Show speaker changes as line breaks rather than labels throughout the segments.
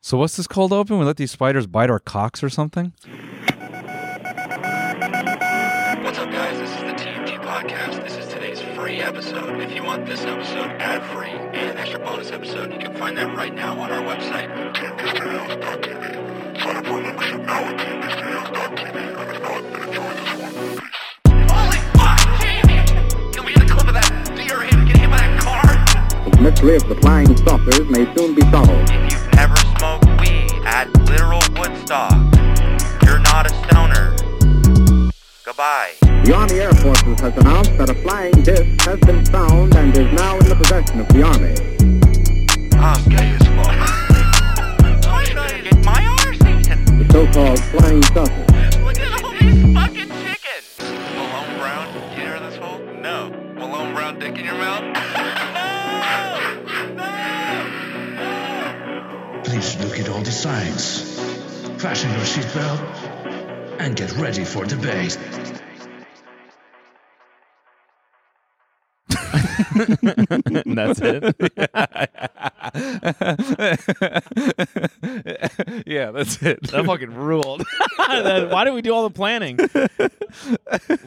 So what's this cold open? We let these spiders bite our cocks or something?
What's up, guys? This is the TMG Podcast. This is today's free episode. If you want this episode ad free and an extra bonus episode, you can find that right now on our website, tmgstudios.tv. Sign up for a membership now at tmgstudios.tv. And if not, then enjoy this one. Holy fuck, Jamie! Can we get a clip of that deer him get hit by that car?
The mystery of the flying saucers may soon be solved.
If you've ever smoked weed at literal Woodstock, you're not a stoner. Goodbye.
The Army Air Forces has announced that a flying disc has been found and is now in the possession of the Army.
I'm gay as fuck. Get my arse eaten.
The so-called flying saucer.
Look at all these fucking chickens. Malone Brown, you hear this hole? No. Malone Brown dick in your mouth?
Please look at all the signs. Fasten your seatbelt and get ready for debate.
And that's it.
yeah, that's it.
That fucking ruled. That- why did we do all the planning?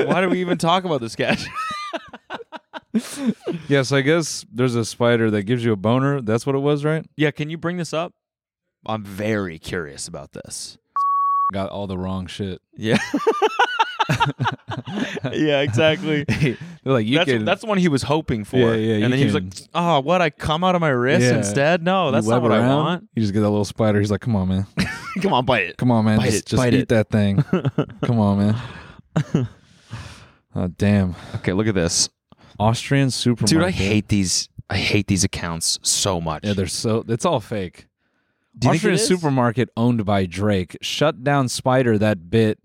Why did we even talk about this sketch?
yeah, so I guess there's a spider that gives you a boner. That's what it was, right?
yeah, can you bring this up? I'm very curious about this.
Got all the wrong shit.
Yeah. yeah, exactly.
They're like, you
that's,
can.
that's the one he was hoping for.
Yeah, yeah, you
And then he was
can-
like, oh, what? I come out of my wrist
Yeah.
instead? No,
you
oh, that's not
web
what I
around,
want.
You just get that little spider. He's like, come on, man.
Come on, bite it.
Come on, man.
Bite
just
it,
just
bite
eat
it.
that thing. come on, man. Oh, damn.
Okay, look at this.
Austrian supermarket.
Dude, I hate these. I hate these accounts so much.
Yeah, they're so. It's all fake.
Do you think
Austrian
it is?
supermarket owned by Drake shut down spider that bit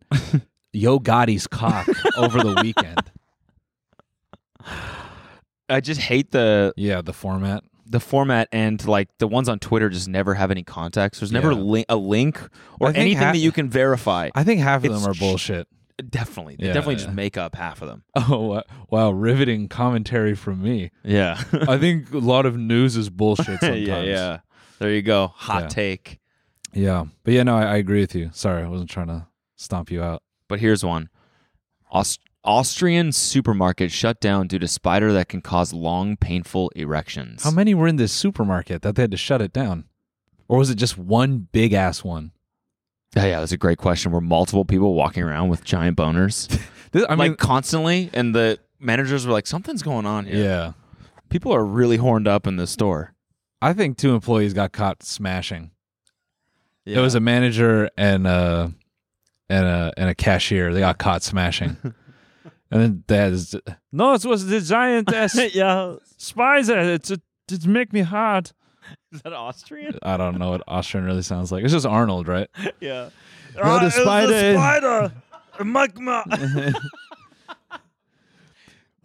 Yo Gotti's cock over the weekend.
I just hate the
Yeah, the format.
the format and like the ones on Twitter just never have any context. There's never
Yeah.
li- a link
I
or
think
anything
ha-
that you can verify.
I think half of
It's
them are
sh-
bullshit.
definitely, they
Yeah,
definitely
yeah.
just make up half of them.
Oh uh, wow, riveting commentary from me.
Yeah,
I think a lot of news is bullshit sometimes.
yeah, yeah. There you go. Hot
Yeah.
take.
Yeah. But yeah, no, I, I agree with you. Sorry, I wasn't trying to stomp you out.
But here's one: Aus- Austrian supermarket shut down due to spider that can cause long, painful erections.
How many were in this supermarket that they had to shut it down? Or was it just one big ass one?
Yeah, yeah, that's a great question. Were multiple people walking around with giant boners,
This, I
I'm
mean,
like constantly? And the managers were like, "Something's going on here.
yeah.
People are really horned up in this store."
I think two employees got caught smashing.
Yeah.
There was a manager and a and a and a cashier. They got caught smashing. and then that is no, it was the giant ass
yeah.
spider. It's it, it make me hot.
Is that Austrian?
I don't know what Austrian really sounds like. It's just Arnold, right?
Yeah.
Ah, the it's a spider.
spider.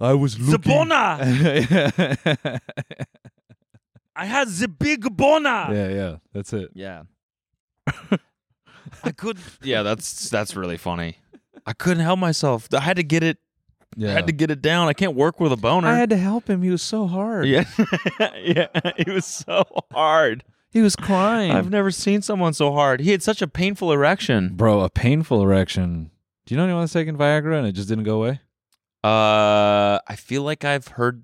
I was
bona.
yeah,
I had the big bona.
yeah, that's it.
Yeah. I could. Yeah, that's that's really funny. I couldn't help myself. I had to get it. I
Yeah.
had to get it down. I can't work with a boner.
I had to help him. He was so hard.
yeah, yeah. It was so hard.
He was crying.
I've never seen someone so hard. He had such a painful erection.
Bro, a painful erection. Do you know anyone that's taking Viagra and it just didn't go away?
Uh, I feel like I've heard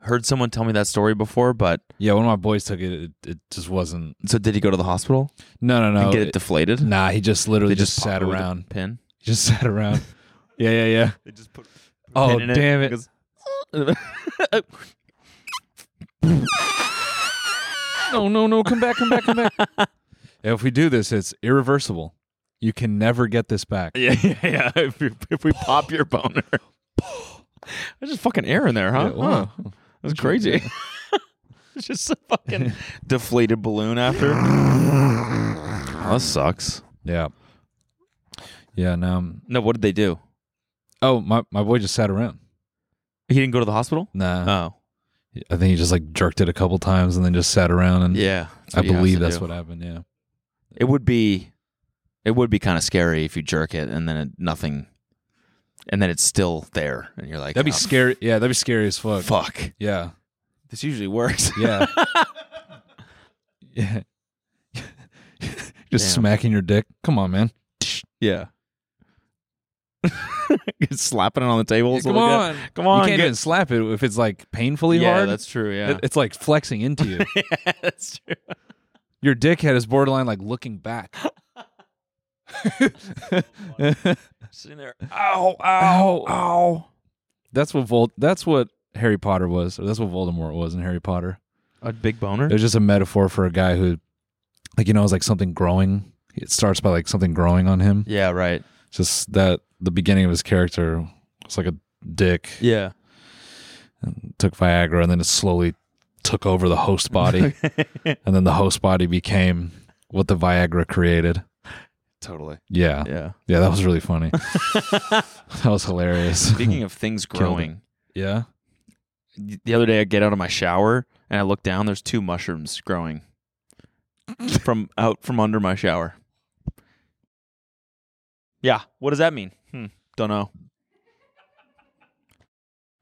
heard someone tell me that story before, but
Yeah, one of my boys took it. It, it just wasn't.
so did he go to the hospital?
No, no, no.
and get it
It-
deflated.
nah, he just literally just,
pop
sat
it with a
around.
pin.
He just sat around. yeah, yeah, yeah.
They just put.
Oh, damn it. No, no, no. Come back, come back, come back. if we do this, it's irreversible. You can never get this back.
yeah, yeah, yeah. If, we- if we pop your boner, there's just fucking air in there, huh?
Yeah, wow.
Huh. That's crazy. it's just a fucking deflated balloon after. Oh, that sucks.
Yeah. Yeah, no. um,
No, what did they do?
Oh, my, my boy just sat around.
He didn't go to the hospital.
Nah.
Oh,
I think he just like jerked it a couple times and then just sat around and
yeah.
mm. I believe that's what happened, yeah.
it would be. It would be kind of scary if you jerk it and then it, nothing, and then it's still there, and you're like,
That'd be
"Oh,
scary. Yeah, that'd be scary as fuck.
Fuck.
Yeah.
This usually works.
Yeah. yeah. Just
Damn.
smacking your dick. Come on, man.
Yeah. Slapping it on the table.
Come on.
Come on.
You can't
get-
even slap it if it's like painfully
yeah,
hard.
that's true.
It-
Yeah.
It's like flexing into you.
that's true.
your dickhead is borderline like looking back.
Sitting there.
ow, ow, ow. That's what Vol- that's what Harry Potter was, or that's what Voldemort was in Harry Potter.
A big boner?
It was just a metaphor for a guy who like you know, it's like something growing. It starts by like something growing on him.
Yeah, right.
Just that the beginning of his character was like a dick.
Yeah.
took Viagra and then it slowly took over the host body. and then the host body became what the Viagra created.
Totally.
Yeah. Yeah,
Yeah.
that was really funny. that was hilarious.
Speaking of things growing,
Yeah.
the other day I get out of my shower and I look down, there's two mushrooms growing from out from under my shower. Yeah. What does that mean? Hmm. Don't know.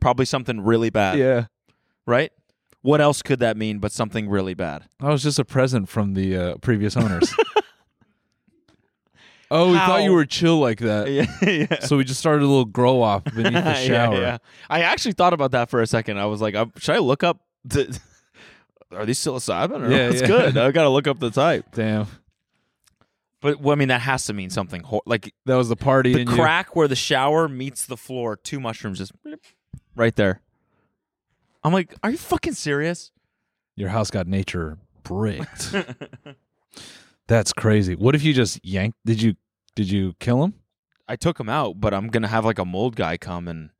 Probably something really bad.
Yeah.
right? What else could that mean but something really bad?
That was just a present from the uh, previous owners. oh, we
How?
thought you were chill like that.
yeah, yeah.
So we just started a little grow off beneath the shower.
yeah, yeah. I actually thought about that for a second. I was like, um, should I look up the are these psilocybin or
Yeah,
it's
yeah.
good? I gotta look up the type.
Damn.
But well, I mean, that has to mean something hor- like
That was the party
the
in you.
crack where the shower meets the floor. Two mushrooms just bloop, right there. I'm like, are you fucking serious?
Your house got nature bricked. That's crazy. What if you just yanked? Did you did you kill him?
I took him out, but I'm gonna have like a mold guy come and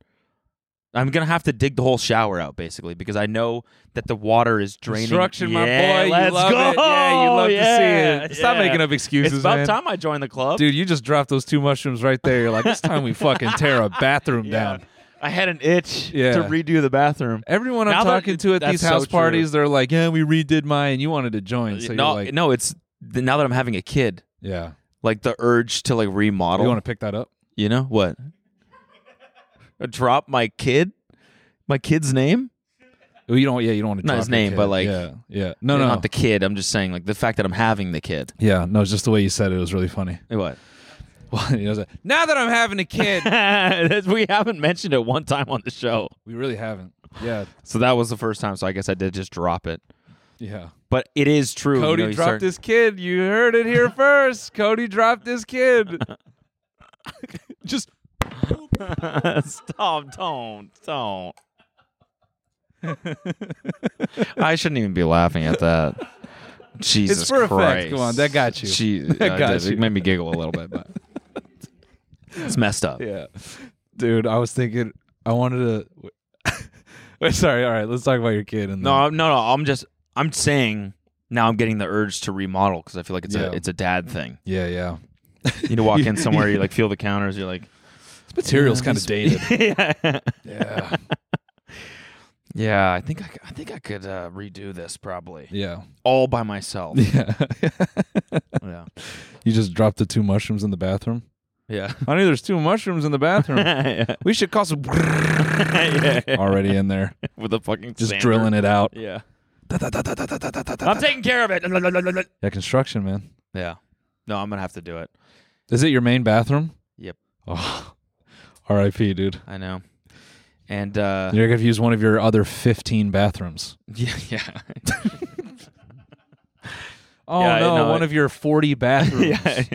I'm gonna have to dig the whole shower out basically because I know that the water is draining.
Construction, my
Yeah,
boy.
let's
you love
go.
it. Yeah, you love
Yeah,
to see it. Stop
yeah.
making up excuses,
It's about
man.
time I joined the club,
Dude, you just dropped those two mushrooms right there. You're like, it's time we fucking tear a bathroom
Yeah.
down.
I had an itch
Yeah.
to redo the bathroom.
Everyone I'm
Now that-
talking to at
that's
these
so
house
true.
parties, they're like, yeah, we redid mine, and you wanted to join, so
no,
you're like,
no, it's th- now that I'm having a kid,
yeah.
like the urge to like remodel.
You want to pick that up?
You know what? Uh, Drop my kid, my kid's name.
Oh, you don't. Yeah, you don't want to.
Not
drop
his
your
name,
kid.
but, like-
yeah, yeah. No, no,
not the kid. I'm just saying, like the fact that I'm having the kid.
yeah, no. It's just the way you said it was really funny.
What?
Well, you know, it's like, now that I'm having a kid,
That's- we haven't mentioned it one time on the show.
we really haven't. Yeah,
So that was the first time. So I guess I did just drop it.
yeah.
But it is true. you
Cody
know, you
dropped
start-
his kid. You heard it here first. Cody dropped his kid. Just
Stop! Don't! Don't! I shouldn't even be laughing at that. Jesus
for effect.
Christ!
Come on, that got you.
She, I
got
did.
you.
It made me giggle a little bit, but it's messed up.
yeah, dude. I was thinking. I wanted to. Wait, sorry. All right, let's talk about your kid. And
No,
then-
I'm- no, no. I'm just. I'm saying now. I'm getting the urge to remodel because I feel like it's
Yeah.
a it's a dad thing.
yeah, yeah.
You know, walk in somewhere, you like feel the counters, you're like,
This material's kind of dated.
yeah.
yeah,
yeah, I think I, c- I think I could uh, redo this probably
yeah,
all by myself.
yeah.
yeah,
you just dropped the two mushrooms in the bathroom.
yeah,
Honey, there's two mushrooms in the bathroom.
yeah.
we should call some already in there,
with a fucking
just
sander.
drilling it out.
Yeah, I'm taking care of it.
Yeah, construction, man.
yeah, no, I'm gonna have to do it.
Is it your main bathroom?
Yep.
Oh, R.I.P. Dude.
I know. And uh,
You're gonna have to use one of your other 15 bathrooms.
yeah, yeah,
Oh
Yeah,
no,
no,
one
it-
of your 40 bathrooms.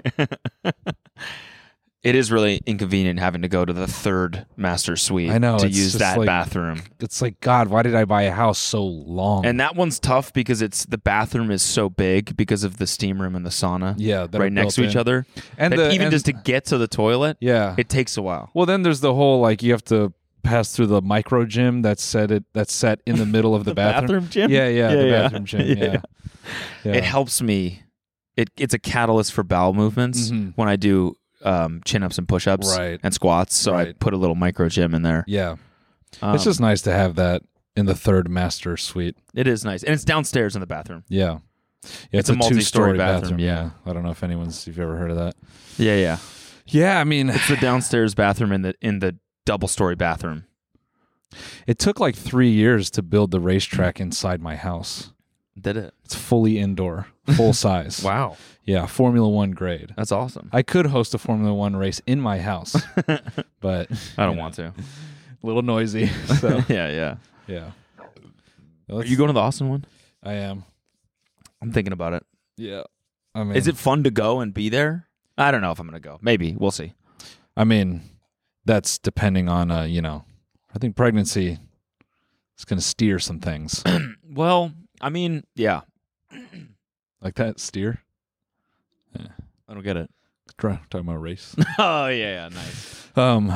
it is really inconvenient having to go to the third master suite
I know,
to
it's
use
just
that
like-
bathroom.
It's like God, why did I buy a house so long?
And that one's tough because it's the bathroom is so big because of the steam room and the sauna.
Yeah, that are
right next to
built
each
in.
other.
And
And
the-
even
and-
just to get to the toilet,
yeah.
it takes a while.
well, then there's the whole like you have to pass through the micro gym that's set it that's set in the middle of the, bathroom.
bathroom gym?
Yeah, yeah,
Yeah,
the
yeah.
bathroom gym.
Yeah.
Yeah. Yeah.
It helps me. It it's a catalyst for bowel movements
Mhm.
when I do um, chin ups and push ups
Right.
and squats. So I
Right.
put a little micro gym in there.
Yeah.
Um,
it's just nice to have that in the third master suite.
it is nice, and it's downstairs in the bathroom.
Yeah. Yeah,
It's a multi-story
two-story
bathroom,
Yeah. I don't know if anyone's if you've ever heard of that.
Yeah, yeah.
Yeah, I mean,
It's the downstairs bathroom in the in the double story bathroom.
It took like three years to build the racetrack inside my house.
Did it?
It's fully indoor, full size.
Wow,
Yeah, Formula One grade.
that's awesome.
I could host a Formula One race in my house, but
I don't want to.
a little noisy. So
yeah, yeah.
yeah,
Are you going to the Austin one?
I am.
I'm thinking about it.
Yeah, I mean,
Is it fun to go and be there? I don't know if I'm gonna go. Maybe we'll see.
I mean, that's depending on uh, you know, I think pregnancy is going to steer some things
Well, I mean, yeah.
like that. Steer.
I don't get it.
Dra- Talking about race.
oh yeah, yeah, nice.
um,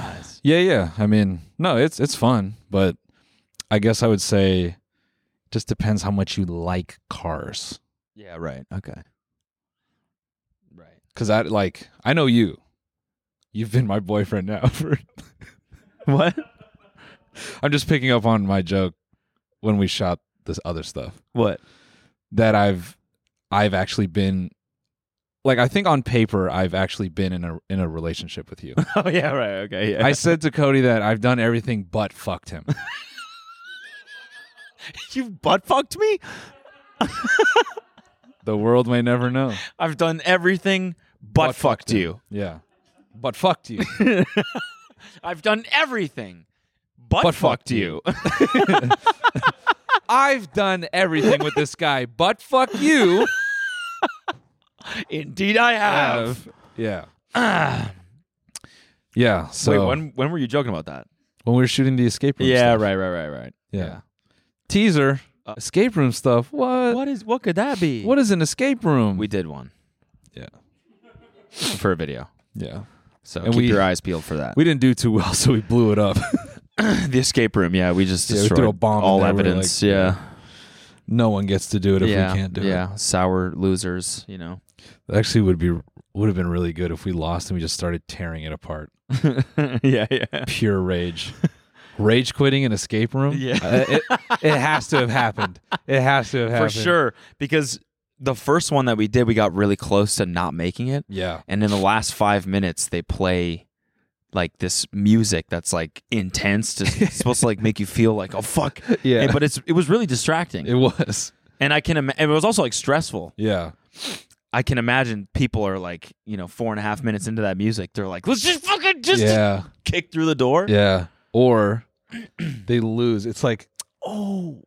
yeah, yeah. I mean, no, it's it's fun, but I guess I would say just depends how much you like cars.
Yeah, right. Okay. Right.
Cause I like I know you. You've been my boyfriend now for
What?
I'm just picking up on my joke when we shot this other stuff
What?
that I've I've actually been like I think on paper I've actually been in a in a relationship with you.
Oh yeah, right. Okay. Yeah.
I said to Cody that I've done everything but fucked him.
you butt fucked me.
The world may never know.
I've done everything but,
Butt
fucked,
fucked him.
you.
Yeah. But fucked you.
I've done everything but,
Butt fucked
fucked you.
I've done everything with this guy but fuck you.
Indeed, I have.
Yeah. yeah. So
Wait, when when were you joking about that?
when we were shooting the escape room stuff.
right, right, right, right.
Yeah. Teaser. escape room stuff. What?
Uh, What is what could that be?
What is an escape room?
we did one
yeah.
for a video.
Yeah.
So
And
keep
we-
your eyes peeled for that.
We didn't do too well, so we blew it up.
the escape room, yeah, we just
Yeah, we
destroyed
threw a bomb in
all
there. We were
evidence.
like,
yeah,
no one gets to do it if
yeah,
we can't do
yeah. Sour losers, you know.
it. Actually would be would have been really good if we lost and we just started tearing it apart.
yeah, yeah.
Pure rage. Rage quitting an escape room?
Yeah.
Uh, it, it has to have happened. It has to have
For
happened.
sure, because the first one that we did, we got really close to not making it.
Yeah.
and in the last five minutes they play like this music that's like intense just it's supposed to like make you feel like oh fuck
Yeah.
And- but it's it was really distracting
It was.
and i can imagine it was also like stressful
Yeah.
i can imagine people are like you know four and a half minutes into that music they're like let's just fucking just
Yeah.
kick through the door
Yeah. Or they lose. It's like, oh,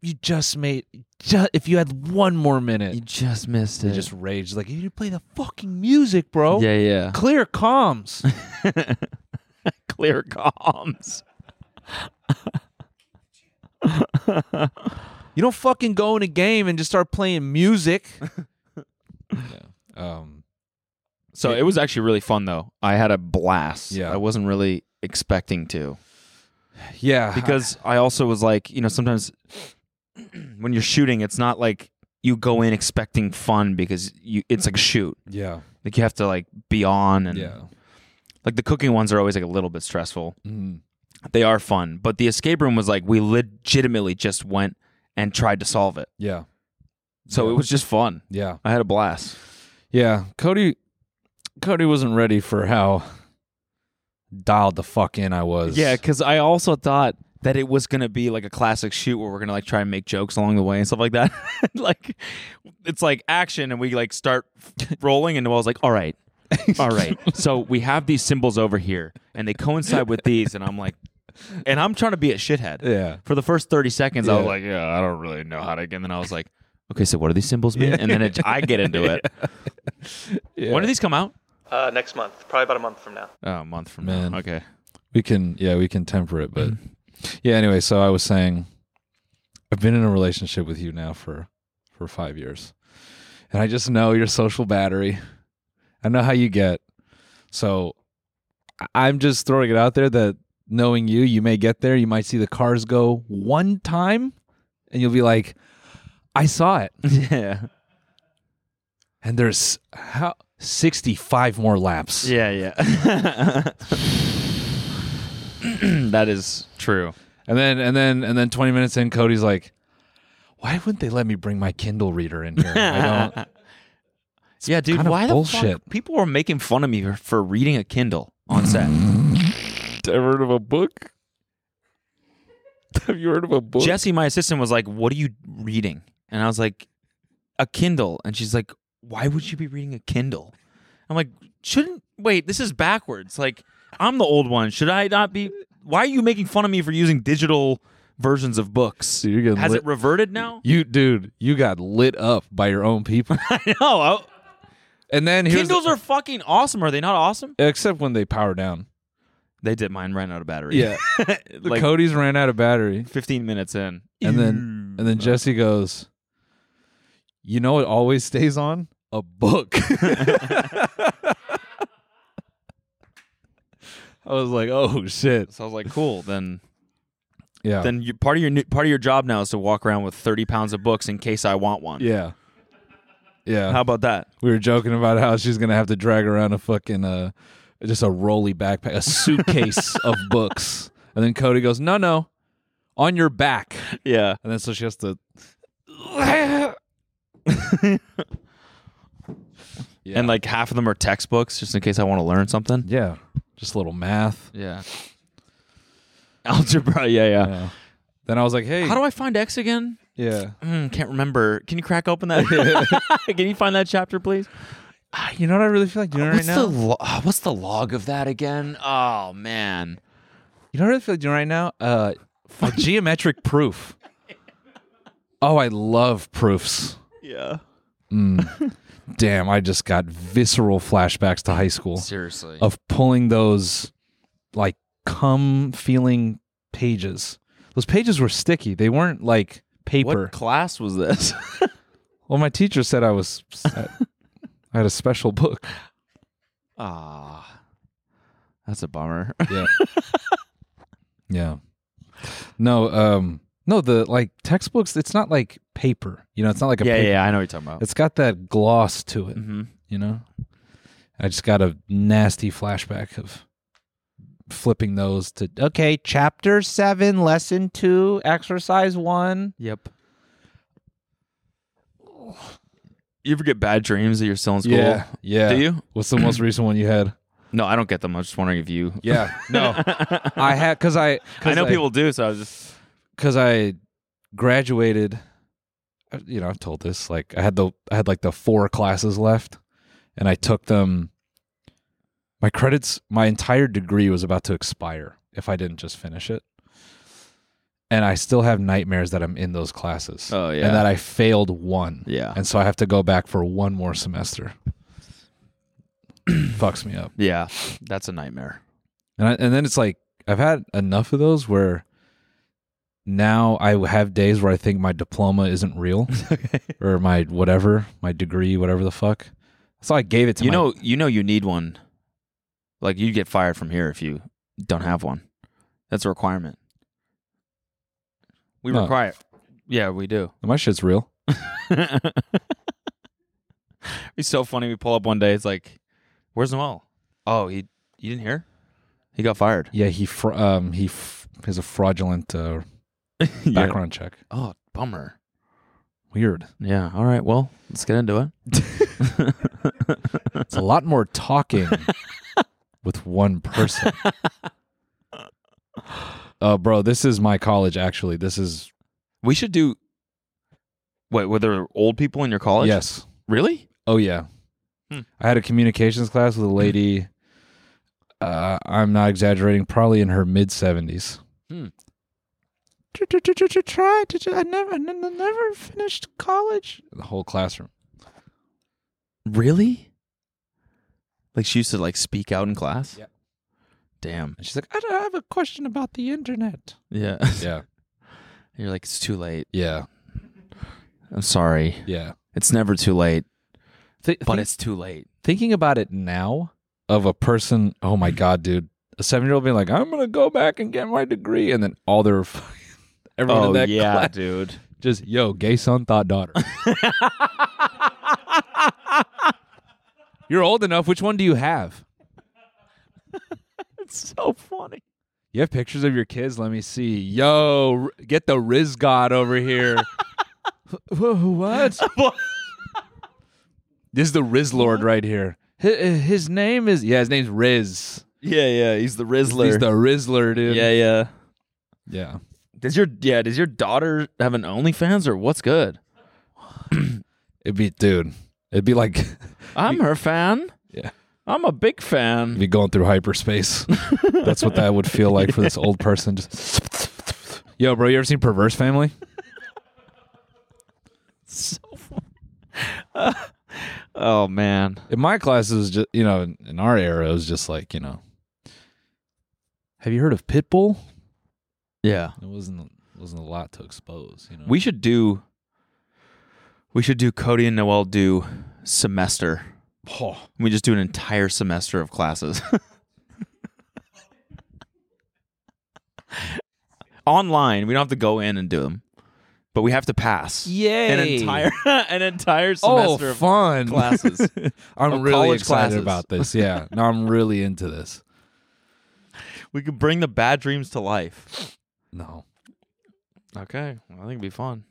you just made. Just, if you had one more minute,
you
you
just missed it
just rage. Like you didn't play the fucking music, bro.
yeah yeah
Clear comms.
clear comms
you don't fucking go in a game and just start playing music. Um.
so it was actually really fun though i had a blast
Yeah.
i wasn't really expecting to
Yeah.
because I also was like, you know, sometimes when you're shooting, it's not like you go in expecting fun because you it's like a shoot.
yeah.
Like you have to like be on and
Yeah.
like the cooking ones are always like a little bit stressful.
mm-hmm,
They are fun, but the escape room was like we legitimately just went and tried to solve it.
Yeah.
So it was just fun.
Yeah.
I had a blast.
Yeah. Cody. Cody wasn't ready for how dialed the fuck in I was.
Yeah, because I also thought that it was gonna be like a classic shoot where we're gonna like try and make jokes along the way and stuff like that. like it's like action, and we like start rolling, and I was like, all right. All right. So we have these symbols over here and they coincide with these and I'm like and I'm trying to be a shithead.
Yeah.
For the first 30 seconds I was
Yeah.
like, yeah, I don't really know how to and then I was like, okay, so what do these symbols mean? And then it, I get into it. When do these come out?
Uh, next month, probably about a month from now.
Oh, a month from
Man.
now. Okay.
we can yeah we can temper it but yeah anyway so i was saying i've been in a relationship with you now for for five years and i just know your social battery i know how you get so I- i'm just throwing it out there that knowing you you may get there you might see the cars go one time and you'll be like i saw it
Yeah.
and there's how 65 more laps
Yeah, yeah. that is true.
And then and then and then 20 minutes in, Cody's like, "Why wouldn't they let me bring my Kindle reader in here? I don't."
yeah, dude.
kind of
why the fuck?
bullshit.
People were making fun of me for- for reading a Kindle on set.
Ever heard of a book? Have you heard of a book?
Jesse, my assistant, was like, "What are you reading?" And I was like, "A Kindle." And she's like, "Why would you be reading a Kindle?" I'm like, "Shouldn't wait? This is backwards. Like, I'm the old one. Should I not be? Why are you making fun of me for using digital versions of books?
Dude, you're getting
Has
lit-
it reverted now?
you dude, you got lit up by your own people.
no, I-
and then here's
oh, Kindles are fucking awesome. Are they not awesome?
except when they power down.
They did mine. Ran out of battery.
Yeah. The
like
Cody's ran out of battery.
15 minutes in.
And then and then Jesse goes, You know it always stays on? A book. I was like, oh shit.
So I was like, "Cool." Then
Yeah.
then you, part of your new, part of your job now is to walk around with 30 pounds of books in case I want one.
yeah. Yeah.
How about that?
we were joking about how she's gonna have to drag around a fucking uh just a rolly backpack, a suitcase of books. And then Cody goes, No, no, on your back.
Yeah.
And then so she has to Yeah.
And like half of them are textbooks just in case I want to learn something.
Yeah. Just a little math.
Yeah. Algebra. Yeah, yeah.
Yeah. Then I was like, hey
How do I find X again?
Yeah.
Mm, can't remember. Can you crack open that? Can you find that chapter, please?
You know what I really feel like doing right
What's
now?
the lo- uh, what's the log of that again? Oh man,
You know what I feel like doing right now? Uh, a geometric proof. Oh, I love proofs.
yeah,
Damn, I just got visceral flashbacks to high school
seriously.
of pulling those like cum feeling pages. Those pages were sticky. They weren't like paper.
What class was this?
well, my teacher said I was I had a special book.
Ah, that's a bummer.
Yeah. yeah. No, um no, the like textbooks, it's not like paper. You know, it's not like a
yeah,
paper.
yeah, I know what you're talking about.
It's got that gloss to it,
Mhm.
you know? I just got a nasty flashback of flipping those to okay, chapter 7, lesson 2, exercise 1.
Yep. You ever get bad dreams that you're still in school?
Yeah. Yeah.
Do you?
What's the most recent one you had?
No, I don't get them. I was just wondering if you.
Yeah. No. I had cuz I cause
I know people do, so I was just.
because I graduated. uh, You know, I've told this. Like, I had the I had like the four classes left, and I took them. My credits, my entire degree was about to expire if I didn't just finish it, and I still have nightmares that I'm in those classes.
Oh, yeah.
and that I failed one.
Yeah.
and so I have to go back for one more semester. Fucks me up.
Yeah, that's a nightmare.
And I, and then it's like I've had enough of those where now I have days where I think my diploma isn't real or my whatever, my degree, whatever the fuck. So I gave it to
you
my-
know, you know, you need one. Like you get fired from here if you don't have one. That's a requirement. We
No.
require. Yeah, we do.
my shit's real.
It's so funny. We pull up one day. It's like, where's Noel? Oh, he you didn't hear? He got fired.
Yeah, he fr- um he f- has a fraudulent uh, background check.
Oh, bummer.
Weird.
Yeah. All right. Well, let's get into it.
It's a lot more talking with one person. Uh, bro, this is my college. Actually, this is
We should do. Wait, were there old people in your college?
yes.
Really?
Oh yeah.
Hmm.
I had a communications class with a lady. Uh, I'm not exaggerating. Probably in her mid seventies.
Hmm.
Try to. I never, never finished college. The whole classroom.
Really? Like she used to like speak out in class.
Yep.
Damn.
And she's like, I, don't- I have a question about the internet.
Yeah.
Yeah,
You're like, it's too late.
yeah,
I'm sorry.
yeah.
It's never too late,
Th-
but
think-
it's too late.
thinking about it now of a person. Oh my god, dude. A seven year old being like, I'm gonna go back and get my degree, and then all their fucking- everyone in that class
Oh, dude.
just yo gay son thought daughter you're old enough which one do you have
It's so funny.
you have pictures of your kids let me see yo r- get the riz god over here Wh- wh- what this is the riz lord right here Hi- uh, his name is yeah his name's riz
Yeah, yeah. He's the Rizzler.
he's the rizzler dude
yeah, yeah.
yeah
Does your yeah? Does your daughter have an OnlyFans or what's good?
It'd be, dude, it'd be like,
I'm her fan.
yeah,
I'm a big fan.
it'd be going through hyperspace. That's what that would feel like for this old person. Just, yo, bro, you ever seen Perverse Family?
Oh man,
In my class, it was just, you know, in, in our era, it was just like, you know, have you heard of Pitbull?
yeah.
It wasn't wasn't a lot to expose, you know.
We should do. We should do Cody and Noel do semester.
Oh,
We just do an entire semester of classes. Online, we don't have to go in and do them, but we have to pass.
Yay.
An entire an entire semester
Oh,
of
fun
classes.
I'm
Of
really
college
excited
classes.
about this. Yeah, no, I'm really into this.
we could bring the bad dreams to life.
No,
Okay, well, I think it'd be fun.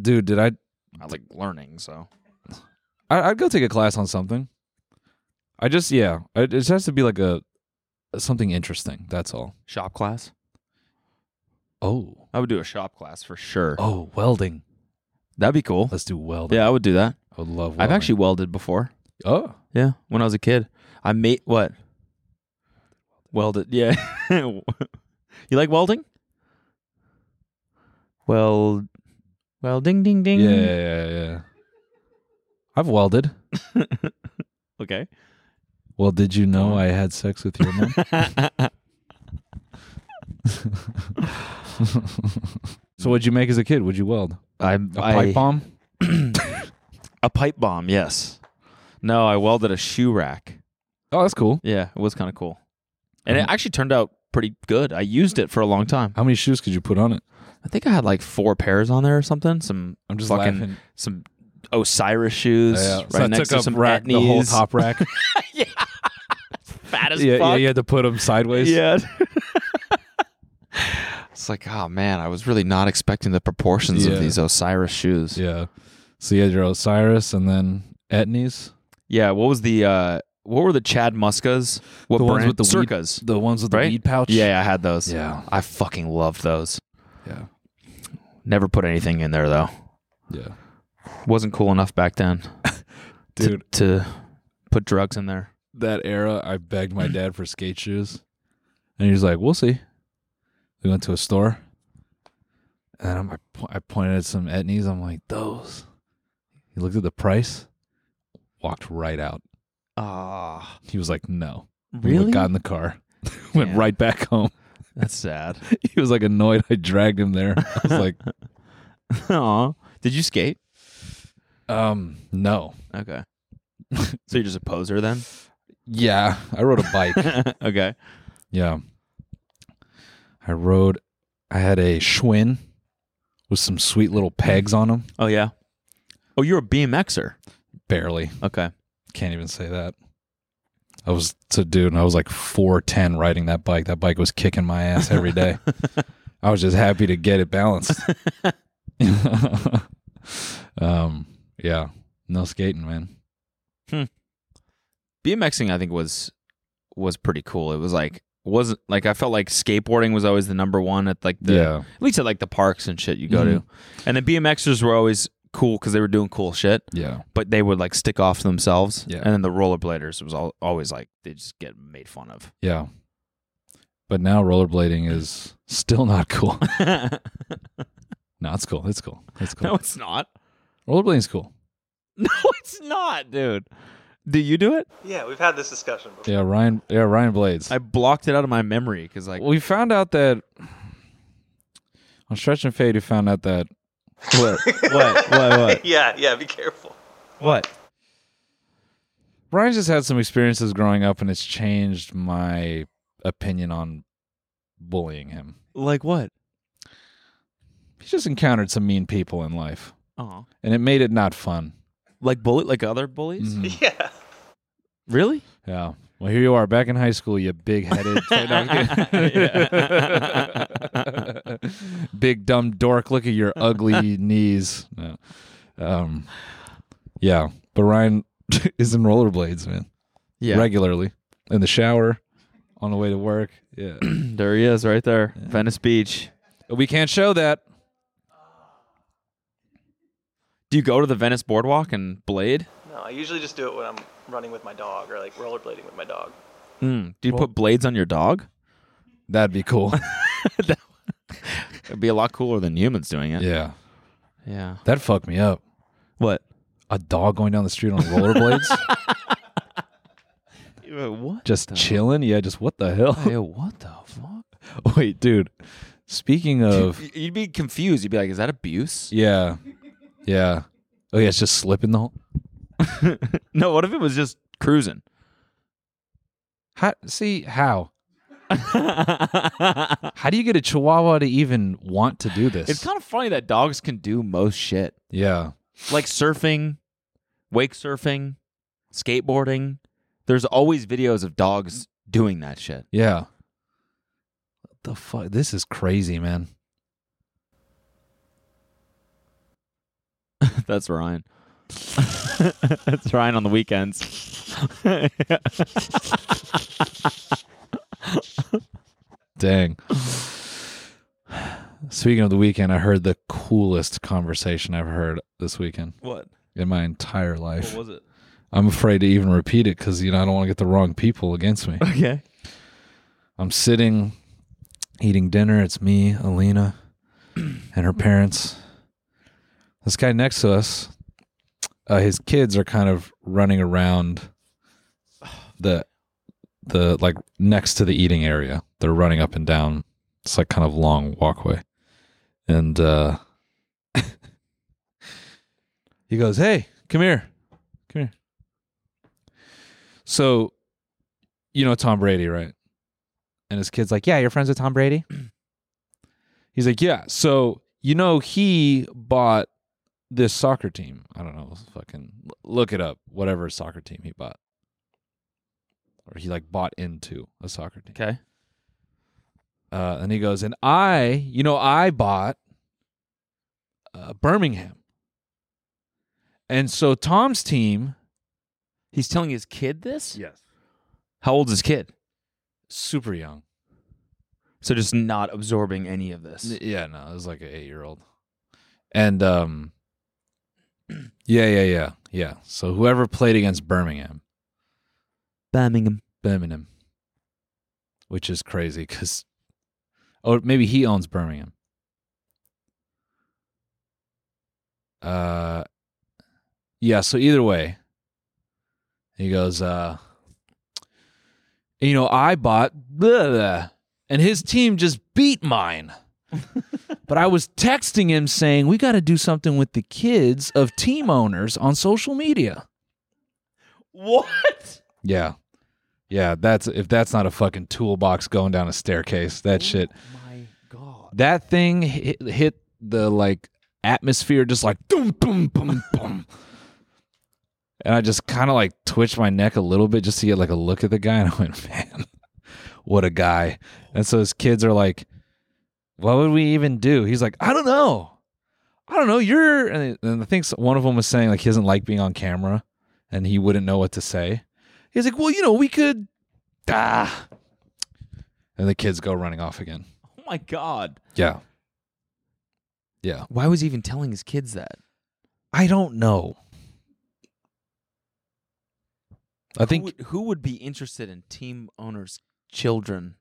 dude, did I?
I like learning, so
I I'd go take a class on something. I just yeah, I, it just has to be like a something interesting. That's all.
shop class.
Oh,
I would do a shop class for sure.
oh, welding.
That'd be cool.
Let's do welding.
Yeah, I would do that.
I would love. Welding.
I've actually welded before.
oh
Yeah, when I was a kid, I made what welded. Yeah, you like welding? Well, well, ding, ding, ding.
yeah yeah yeah. yeah. I've welded.
Okay.
Well, did you know I had sex with your mom? so, what'd you make as a kid? Would you weld
I,
a pipe bomb?
A pipe bomb. Yes. No, I welded a shoe rack.
Oh, that's cool.
Yeah, it was kind of cool, and it actually turned out pretty good. I used it for a long time.
How many shoes could you put on it?
I think I had like four pairs on there or something. Some
I'm just
fucking
laughing.
some Osiris shoes right next to some
rack, the whole
Etnies.
top rack.
fat as
yeah, yeah,
fuck.
you had to put them sideways.
it's like, oh man, I was really not expecting the proportions
Yeah.
of these Osiris shoes. Yeah.
yeah. So you had your Osiris and then Etnies.
what was the uh what were the Chad Muskas? What
the
brand?
ones with the
Circas,
Weed, the ones with
right?
the weed pouch.
Yeah, I had those.
Yeah.
I fucking loved those.
yeah,
Never put anything in there though.
yeah.
Wasn't cool enough back then to-
Dude,
to put drugs in there.
that era, I begged my dad for skate shoes, and he was like, "We'll see." We went to a store, and I'm, I, po- I pointed at some Etnies. I'm like, "Those." He looked at the price, walked right out.
Ah,
He was like, "No." We
really?
Got in the car, went
Damn.
right back home.
That's sad.
He was like annoyed. I dragged him there. I was like,
Aw. Did you skate?
um, no.
Okay. so you're just a poser then?
Yeah, I rode a bike.
okay.
yeah, I rode. I had a Schwinn with some sweet little pegs on them.
Oh yeah. Oh, you're a BMXer.
Barely.
Okay.
Can't even say that. I was to dude, and I was like four ten riding that bike. That bike was kicking my ass every day. I was just happy to get it balanced. um, yeah, no skating, man.
BMXing I think was was pretty cool. It was like wasn't like I felt like skateboarding was always the number one at like the
Yeah. Mm-hmm.
at least at like the parks and shit you go to. And the BMXers were always cool because they were doing cool shit,
Yeah,
but they would like stick off to themselves.
Yeah.
And then the rollerbladers was all, always like they just get made fun of.
yeah. But now rollerblading is still not cool.
no,
no, it's cool. It's cool. It's cool.
it's not.
Rollerblading's cool.
No, it's not, dude. Do you do it?
Yeah, we've had this discussion before.
Yeah, Ryan. Yeah, Ryan Blades.
I blocked it out of my memory because like
we found out that on Stretch and Fade, we found out that
what what what what
Yeah, yeah, be careful.
what
Ryan just had some experiences growing up, and it's changed my opinion on bullying him.
like what?
He's just encountered some mean people in life,
Oh,
and it made it not fun.
like bullet like other bullies?
Mhm.
Yeah.
Really?
Yeah. Well, here you are back in high school, you big headed, big dumb dork. Look at your ugly knees. No. Um, yeah. But Ryan is in rollerblades, man,
Yeah,
regularly in the shower, on the way to work. Yeah.
there he is, right there, Venice Beach.
We can't show that.
Do you go to the Venice Boardwalk and blade?
No, I usually just do it when I'm running with my dog or like rollerblading with my dog.
Mm. Do you put blades on your dog?
That'd be cool.
It'd be a lot cooler than humans doing it.
yeah.
Yeah.
That'd fuck me up.
What?
A dog going down the street on rollerblades,
What?
just chilling. Yeah, just what the hell?
what the fuck?
Wait, dude. Speaking of,
You'd be confused. You'd be like, "Is that abuse?"
yeah, yeah. Oh yeah, it's just slipping the whole.
No. What if it was just cruising?
How, see how? How do you get a Chihuahua to even want to do this?
It's kind of funny that dogs can do most shit,
yeah,
like surfing, wake surfing, skateboarding. There's always videos of dogs doing that shit.
yeah. What the fuck? This is crazy, man.
That's Ryan. That's Ryan on the weekends.
Dang. Speaking of the weekend, I heard the coolest conversation I've heard this weekend
What?
in my entire life.
was it?
I'm afraid to even repeat it because you know I don't want to get the wrong people against me.
Okay.
I'm sitting eating dinner. It's me, Alina, and her parents. This guy next to us, uh, his kids are kind of running around the the like next to the eating area. They're running up and down. It's like kind of long walkway, and uh, he goes, "Hey, come here, come here." So, you know Tom Brady, right? And his kid's like, Yeah, you're friends with Tom Brady? He's like, Yeah. So, you know, he bought this soccer team. I don't know. Fucking l- look it up. Whatever soccer team he bought. Or he like bought into a soccer team.
Okay.
Uh, and he goes, And I, you know, I bought uh, Birmingham. And so Tom's team,
He's telling his kid this? Yes. How old's his kid?
super young.
So just not absorbing any of this.
N- Yeah, no, it was like an eight year old. And um Yeah, yeah, yeah. Yeah. So whoever played against Birmingham,
Birmingham.
Birmingham. Which is crazy because Oh, maybe he owns Birmingham. Uh yeah, so either way. He goes, uh you know, I bought blah, blah, and his team just beat mine. But I was texting him saying, we got to do something with the kids of team owners on social media.
What?
Yeah. Yeah, that's if that's not a fucking toolbox going down a staircase, that shit.
Oh My God.
That thing hit, hit the like atmosphere just like boom boom boom boom. And I just kind of like twitched my neck a little bit just to get like a look at the guy and I went, "Man, what a guy." And so his kids are like, "What would we even do?" He's like, "I don't know." I don't know. You're and and I think so- one of them was saying like he doesn't like being on camera and he wouldn't know what to say. He's like, "Well, you know, we could ah." And the kids go running off again.
Oh my God.
Yeah. Yeah.
Why was he even telling his kids that?
I don't know. I think
who would, who would be interested in team owners' children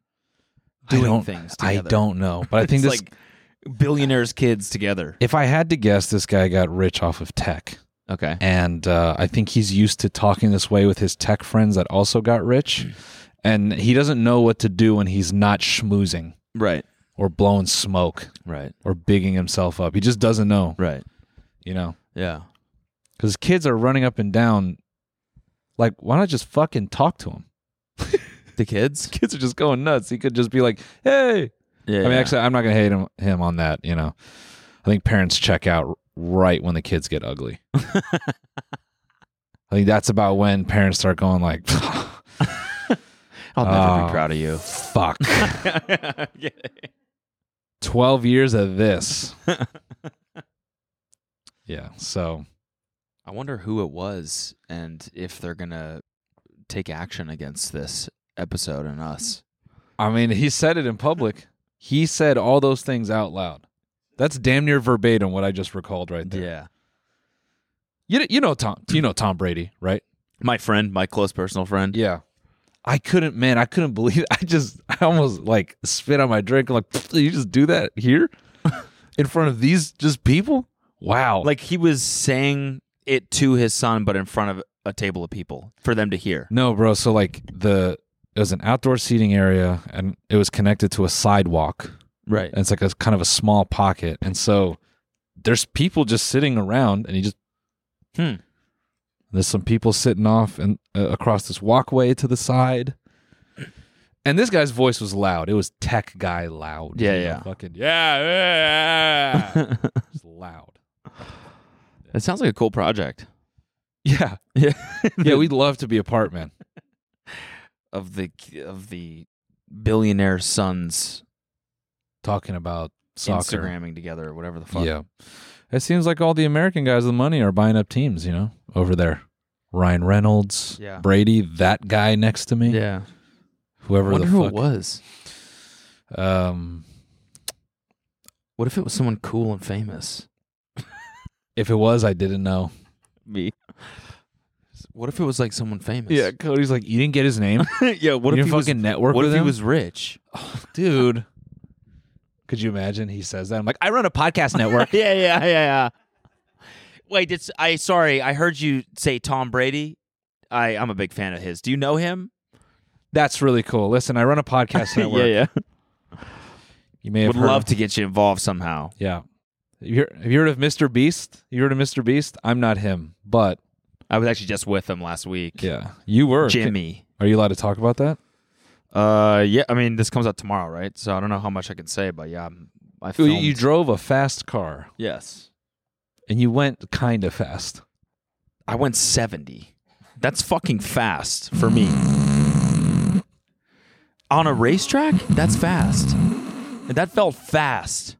I
doing
don't,
things?
I
together?
don't know, but I think
It's
this.
like billionaires' kids together.
if I had to guess, this guy got rich off of tech,
Okay.
and uh, I think he's used to talking this way with his tech friends that also got rich, and he doesn't know what to do when he's not schmoozing
Right.
or blowing smoke
Right.
or bigging himself up. He just doesn't know,
Right.
you know.
Yeah.
Because kids are running up and down. Like, why not just fucking talk to him?
The kids.
kids are just going nuts. He could just be like, "Hey."
Yeah.
I mean, actually, I'm not gonna hate him him on that. You know, I think parents check out right when the kids get ugly. I think that's about when parents start going like,
I'll never
Oh.
be proud of you.
"Fuck, twelve years of this." yeah. So
I wonder who it was and if they're gonna take action against this episode and us.
I mean, he said it in public. He said all those things out loud. That's damn near verbatim what I just recalled right there.
Yeah.
You you know Tom you know Tom Brady, right?
My friend, my close personal friend.
Yeah. I couldn't, man. I couldn't believe. I just, I almost like spit on my drink. I'm like, you just do that here, in front of these just people. Wow.
Like he was saying it to his son, but in front of a table of people for them to hear.
No, bro. So like the it was an outdoor seating area, and it was connected to a sidewalk,
Right.
and it's like a kind of a small pocket, and so there's people just sitting around, and you just
Hmm.
There's some people sitting off and uh, across this walkway to the side. And this guy's voice was loud. It was tech guy loud.
Yeah,
You know,
yeah.
Fucking yeah, yeah.
it
It was loud.
sounds like a cool project.
Yeah,
Yeah.
yeah. We'd love to be a part, man.
of the of the billionaire sons
Talking about soccer.
Instagramming together or whatever the fuck.
Yeah. It seems like all the American guys with money are buying up teams, you know, over there. Ryan Reynolds,
Yeah.
Brady, that guy next to me,
Yeah. I
whoever
wonder
the
who
fuck.
it was.
Um,
What if it was someone cool and famous?
if it was, I didn't know.
Me. What if it was like someone famous?
Cody's like, you didn't get his name.
yeah. What
you
if
didn't
he was?
fucking network
What
with
if he
him?
was rich?
dude. Could you imagine? He says that. I'm like, I run a podcast network.
Yeah. Yeah. Yeah. Yeah. Wait. It's I. Sorry. I heard you say Tom Brady. I. I'm a big fan of his. Do you know him?
That's really cool. Listen, I run a podcast network. You may have
Would
heard
love
of-
to get you involved somehow.
Yeah. Have you, heard, have you heard of Mr. Beast? You heard of Mr. Beast? I'm not him, but
I was actually just with him last week.
yeah, you were.
Jimmy.
Are you allowed to talk about that?
Uh, yeah. I mean, this comes out tomorrow, right? So I don't know how much I can say, but yeah, I'm, I
You,
filmed.
you drove a fast car
yes,
and you went kind of fast.
I went seventy. That's fucking fast for me. On a racetrack, that's fast. And that felt fast.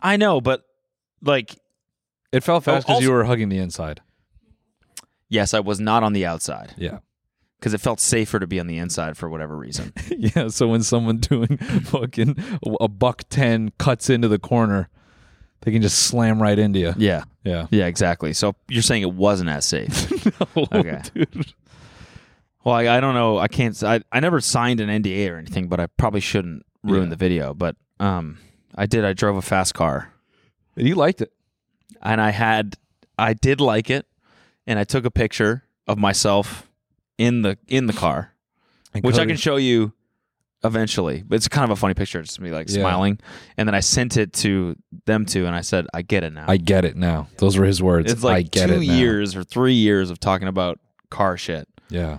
I know, but like,
It felt fast because you
also-
were hugging the inside.
yes, I was not on the outside
Yeah.
because it felt safer to be on the inside for whatever reason.
Yeah, so when someone doing fucking a buck 10 cuts into the corner, they can just slam right into you.
yeah,
Yeah. Oh,
yeah, exactly. So you're saying it wasn't as safe. Okay.
Dude.
Well, I, I don't know. I can't. s- I, I never signed an NDA or anything, but I probably shouldn't ruin
Yeah.
the video. But um, I did. I drove a fast car,
And you liked it.
and I had. I did like it, and I took a picture of myself in the in the car,
And
which I
Cody-
can show you eventually. But It's kind of a funny picture. It's just me like
Yeah.
smiling, and then I sent it to them too, and I said, "I get it now."
I get it now. Those were his words.
it's like
I get
two
it now.
years or three years of talking about car shit
Yeah.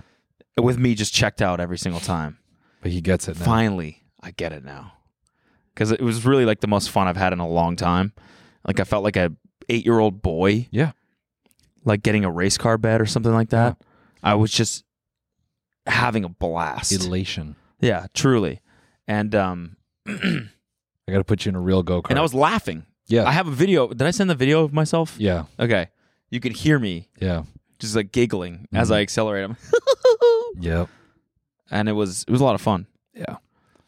with me just checked out every single time.
But he gets it now.
finally i get it now because it was really like the most fun i've had in a long time like i felt like a eight year old boy
Yeah.
like getting a race car bed or something like that i was just having a blast
Elation.
yeah truly and um
I got to put you in a real go kart.
and i was laughing
yeah.
i have a video did i send the video of myself
yeah.
okay you can hear me
Yeah.
just like giggling as i accelerate them
Yep.
and it was it was a lot of fun
Yeah.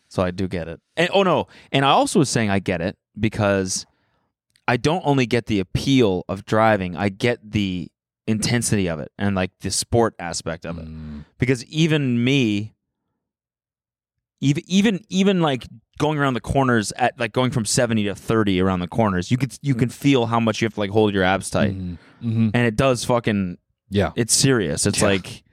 So I do get it. And oh no, and I also was saying I get it because I don't only get the appeal of driving, I get the intensity of it and like the sport aspect of it.
Mm.
Because even me even even even like going around the corners at like going from 70 to 30 around the corners, you could you can feel how much you have to like hold your abs tight.
Mhm. Mhm.
And it does fucking
Yeah.
it's serious. It's
Yeah.
like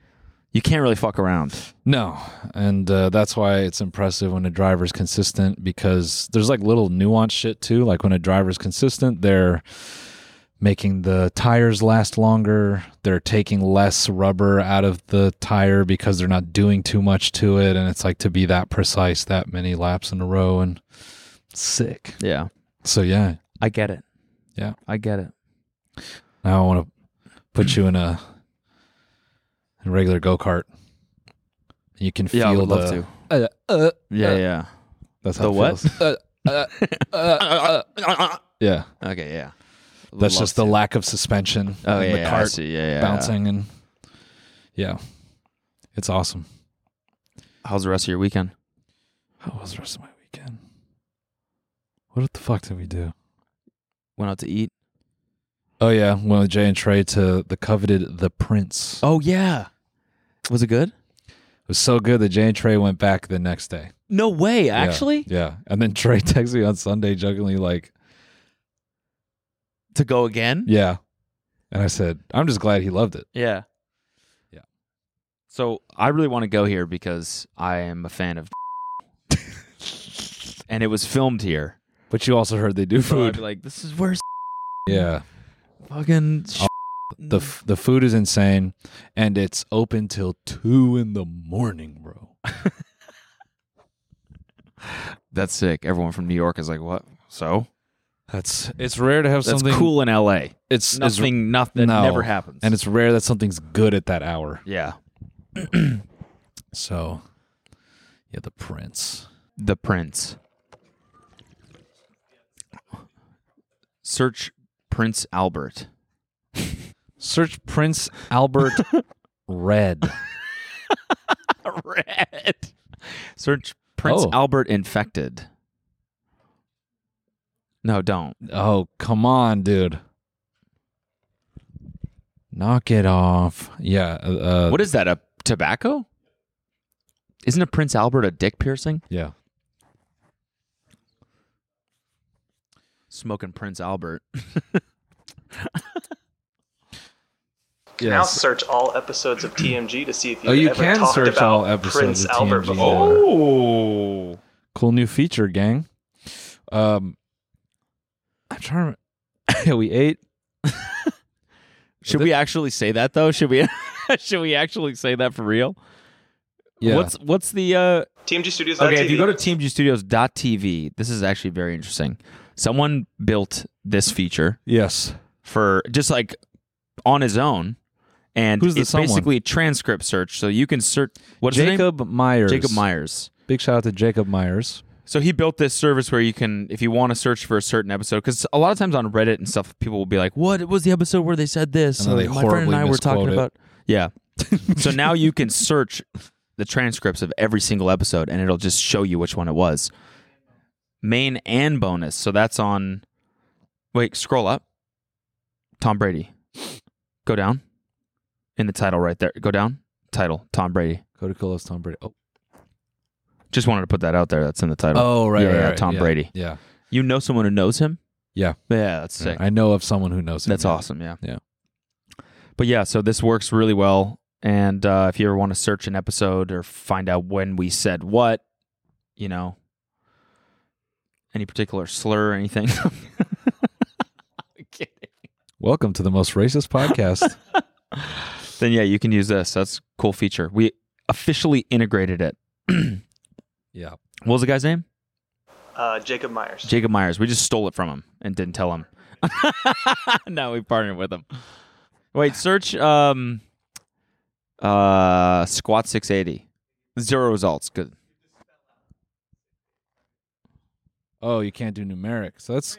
you can't really fuck around.
No. And uh, that's why it's impressive when a driver's consistent because there's like little nuance shit too. Like when a driver's consistent, they're making the tires last longer. They're taking less rubber out of the tire because they're not doing too much to it. And it's like to be that precise, that many laps in a row and sick.
Yeah.
So yeah,
I get it.
Yeah.
I get it.
now I want to put you in a, in a regular go kart. You can feel
Yeah, I would
the
love to.
Uh, uh,
Yeah,
Uh,
yeah.
that's
The
how it
what?
feels. Uh, uh, uh, uh, yeah,
Okay, yeah.
that's just the lack of suspension.
oh
in
yeah,
the
yeah, I
cart
see. yeah, yeah.
bouncing and yeah, it's awesome.
How's the rest of your weekend?
How was the rest of my weekend? What the fuck did we do?
Went out to eat.
Oh yeah, went with Jay and Trey to the coveted The Prince.
Oh yeah. Was it good?
It was so good that Jay and Trey went back the next day.
No way.
Yeah,
Actually,
yeah. And then Trey texts me on Sunday, jokingly like,
to go again.
"Yeah," and I said, "I'm just glad he loved it."
Yeah.
Yeah.
So I really want to go here because I am a fan of and it was filmed here.
But you also heard they do
So I'd
food.
be like, this is where
yeah,
fucking
Oh, the f- the food is insane, and it's open till two in the morning, bro.
That's sick. Everyone from New York is like, what? So
That's it's rare to have
that's
something
cool in LA.
It's it's-
Nothing, nothing,
no.
never happens.
and it's rare that something's good at that hour.
yeah,
So, yeah, the prince.
the Prince. Search Prince Albert.
Search Prince Albert Red.
Red. Search Prince
Oh.
Albert infected. No, don't.
Oh, come on, dude. Knock it off. Yeah. uh, Uh,
what is that? A tobacco? Isn't a Prince Albert a dick piercing?
Yeah.
Smoking Prince Albert.
Now search all episodes of TMG to see if you,
Oh, you
ever
can
talked
search
about
all episodes
Prince
of
Albert
TMG.
before.
Oh.
Cool new feature, gang. Um, I'm trying to. Yeah, we ate.
Should we actually say that though? Should we should we actually say that for real?
Yeah.
What's what's the uh
TMG Studios.
Okay, if you go to teamgstudios.tv, this is actually very interesting. Someone built this feature
yes.
for just like on his own. And
Who's the
it's
someone?
basically a transcript search. So you can search what's his name?
Jacob Myers.
Jacob Myers.
Big shout out to Jacob Myers.
So he built this service where you can, if you want to search for a certain episode, because a lot of times on Reddit and stuff, people will be like, "What was the episode where they said this?"
And then
Or,
they
my friend and
horribly
I were talking
misquote it.
about. Yeah. so now you can search the transcripts of every single episode, and it'll just show you which one it was, main and bonus. So that's on. Wait, scroll up. Tom Brady. Go down. In the title, right there. Go down. Title: Tom Brady.
Cody Colos, Tom Brady. Oh,
Just wanted to put that out there. That's in the title. yeah, yeah, Tom Brady.
Yeah.
You know someone who knows him?
Yeah.
Yeah, that's sick.
I know of someone who knows him.
that's
yeah.
awesome, yeah.
Yeah.
But yeah, so this works really well. And uh, if you ever want to search an episode or find out when we said what, you know, any particular slur or anything.
Welcome to the most racist podcast.
then yeah, you can use this. That's a cool feature. We officially integrated it.
yeah.
What was the guy's name?
uh, Jacob Myers.
Jacob Myers. We just stole it from him and didn't tell him. no, we partnered with him. Wait, search um uh squat 680. Zero results. Good.
Oh, you can't do numeric. So that's.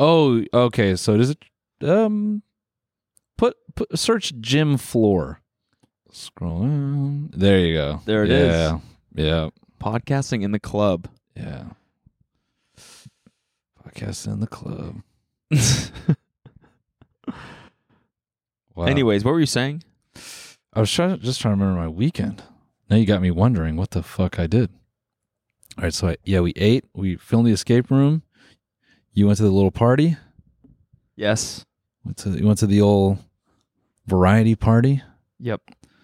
Oh, okay. So does it? Um, put, put search gym floor. Scroll down. There you go.
There it
it is.
is.
yeah. Yeah.
Podcasting in the club.
Yeah. Podcast in the club. Wow.
Anyways, what were you saying?
I was trying, just trying to remember my weekend. Now you got me wondering what the fuck I did. All right, so I, yeah, we ate. We filmed the escape room. You went to the little party.
Yes.
Went to you went to the old variety party.
Yep.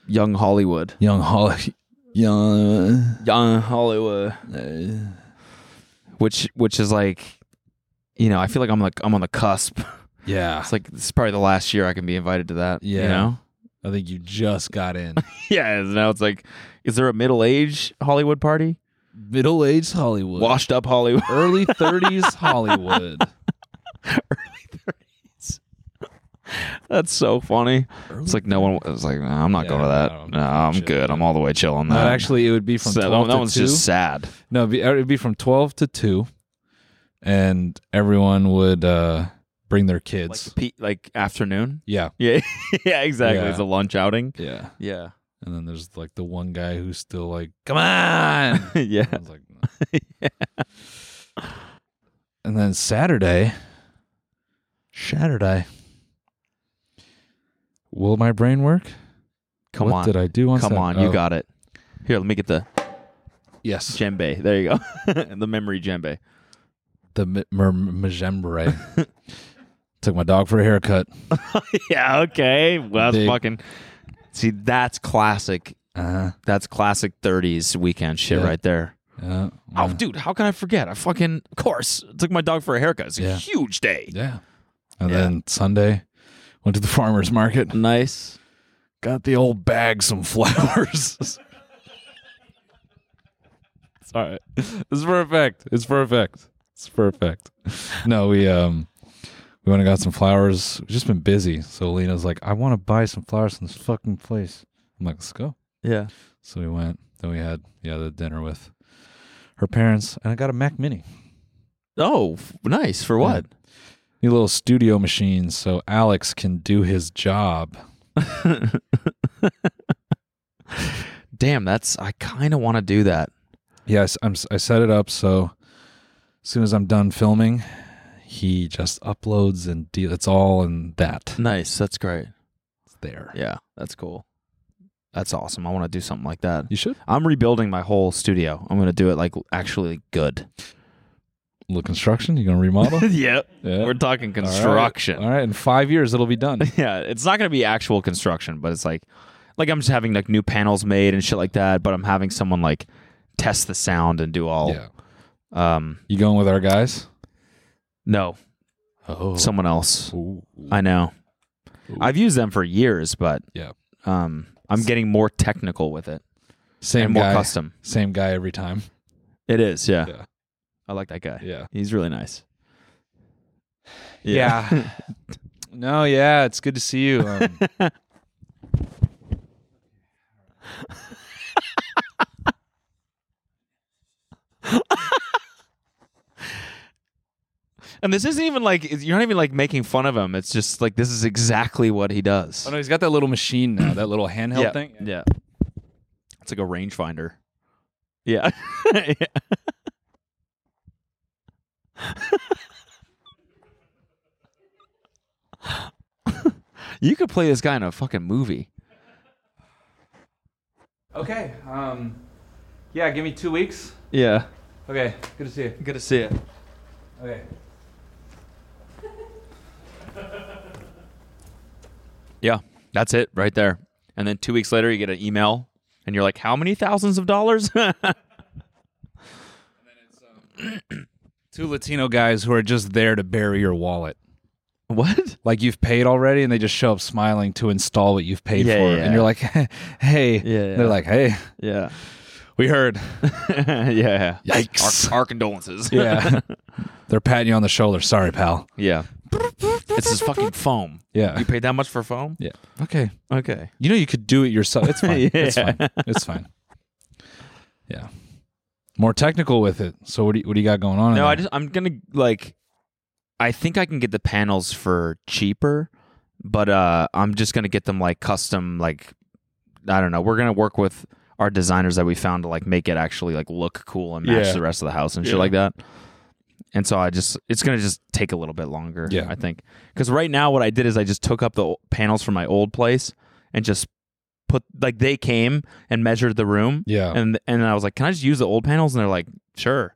Young Hollywood.
Young Holly. Young.
Young Hollywood.
uh,
Which which is like you know, I feel like I'm like I'm on the cusp.
yeah,
It's like this is probably the last year I can be invited to that. You
Yeah.
know?
I think you just got in.
yeah, and now it's like, is there a middle age Hollywood party?
Middle aged Hollywood.
Washed up Hollywood.
Early thirties Hollywood.
That's so funny. It's like no one it was like, nah, I'm not
Yeah,
going to
no,
that.
I'm
No, I'm
chill.
good. I'm all the way chill on that.
No, actually, it would be from
So that,
twelve
that
to
one's
two.
just sad.
No, it'd be, uh, it'd be from 12 to 2, and everyone would uh, bring their
Like,
kids.
pe- like afternoon.
yeah.
Yeah, yeah, exactly.
Yeah.
It's a lunch outing.
Yeah.
Yeah,
And then there's like the one guy who's still like, come on.
yeah.
I was like, no. And then Saturday, Saturday. Will my brain work?
Come
what
on.
did I do on
Come
Sat-
on, you
Oh,
got it. Here, let me get the
Yes.
djembe. There you go. the memory djembe.
the mi- mer- majembre. Took my dog for a haircut.
yeah, okay. Well, that's
Big-
fucking See, that's classic.
Uh,
That's classic 30s weekend shit
Yeah.
right there.
yeah,
Oh, dude, how can I forget? I fucking, of course, took my dog for a haircut. It's a
Yeah.
huge day.
yeah. And
Yeah.
then Sunday, went to the farmer's market.
Nice.
Got the old bag some flowers. Sorry. It's perfect. It's perfect. It's perfect. No, we um we went and got some flowers. We've just been busy. So Lena's like, I want to buy some flowers from this fucking place. I'm like, let's go.
Yeah.
So we went. Then we had yeah, the dinner with her parents and I got a Mac Mini.
Oh, f- nice. For what?
New little studio machine so Alex can do his job.
Damn, that's, I kind of want to do that.
Yes, I'm. s- I set it up so as soon as I'm done filming, he just uploads and de- it's all in that.
Nice. That's great.
It's there.
Yeah, that's cool. That's awesome. I want to do something like that.
You should
I'm rebuilding my whole studio. I'm going to do it like actually good.
little construction. You gonna remodel?
yep.
Yeah.
We're talking
All right.
construction.
All right. In five years, it'll be done.
Yeah, it's not going to be actual construction, but it's like like I'm just having like new panels made and shit like that, but I'm having someone like test the sound and do all
Yeah.
um
You going with our guys?
no,
Oh.
someone else. I know. I've used them for years, but
Yeah.
um I'm getting more technical with it
Same
and more
guy.
custom.
Same guy every time.
It is, yeah.
Yeah.
I like that guy.
Yeah.
He's really nice.
Yeah. no. Yeah. It's good to see you. Um,
And this isn't even like you're not even like making fun of him. It's just like this is exactly what he does.
oh no, he's got that little machine now. That little handheld
yeah.
thing.
Yeah. It's like a rangefinder. Yeah. yeah. you could play this guy in a fucking movie.
Okay. Um. Yeah. Give me two weeks.
Yeah.
Okay. Good to see you.
Good to see it.
Okay.
Yeah. That's it right there. And then two weeks later, you get an email and you're like, how many thousands of dollars?
two Latino guys who are just there to bury your wallet.
what?
Like you've paid already, and they just show up smiling to install what you've paid
Yeah,
for,
yeah.
and you're like, "Hey,"
Yeah, yeah.
they're like, "Hey,
Yeah.
we heard."
yeah.
Yikes.
Our, our condolences.
Yeah, they're patting you on the shoulder. Sorry, pal.
yeah. It's this fucking foam.
Yeah,
You paid that much for foam?
yeah. Okay,
Okay.
you know you could do it yourself. It's fine. It's
Yeah.
fine. It's fine. Yeah, more technical with it. So what do you, what do you got going on? in
No, I
there?
just I'm gonna like I think I can get the panels for cheaper, but uh I'm just gonna get them like custom like I don't know. We're gonna work with our designers that we found to like make it actually like look cool and match
Yeah.
the rest of the house and
Yeah.
shit like that. And so I just it's gonna just take a little bit longer.
Yeah.
I think because right now what I did is I just took up the o- panels from my old place and just put like they came and measured the room.
Yeah.
And and I was like, can I just use the old panels? And they're like, sure.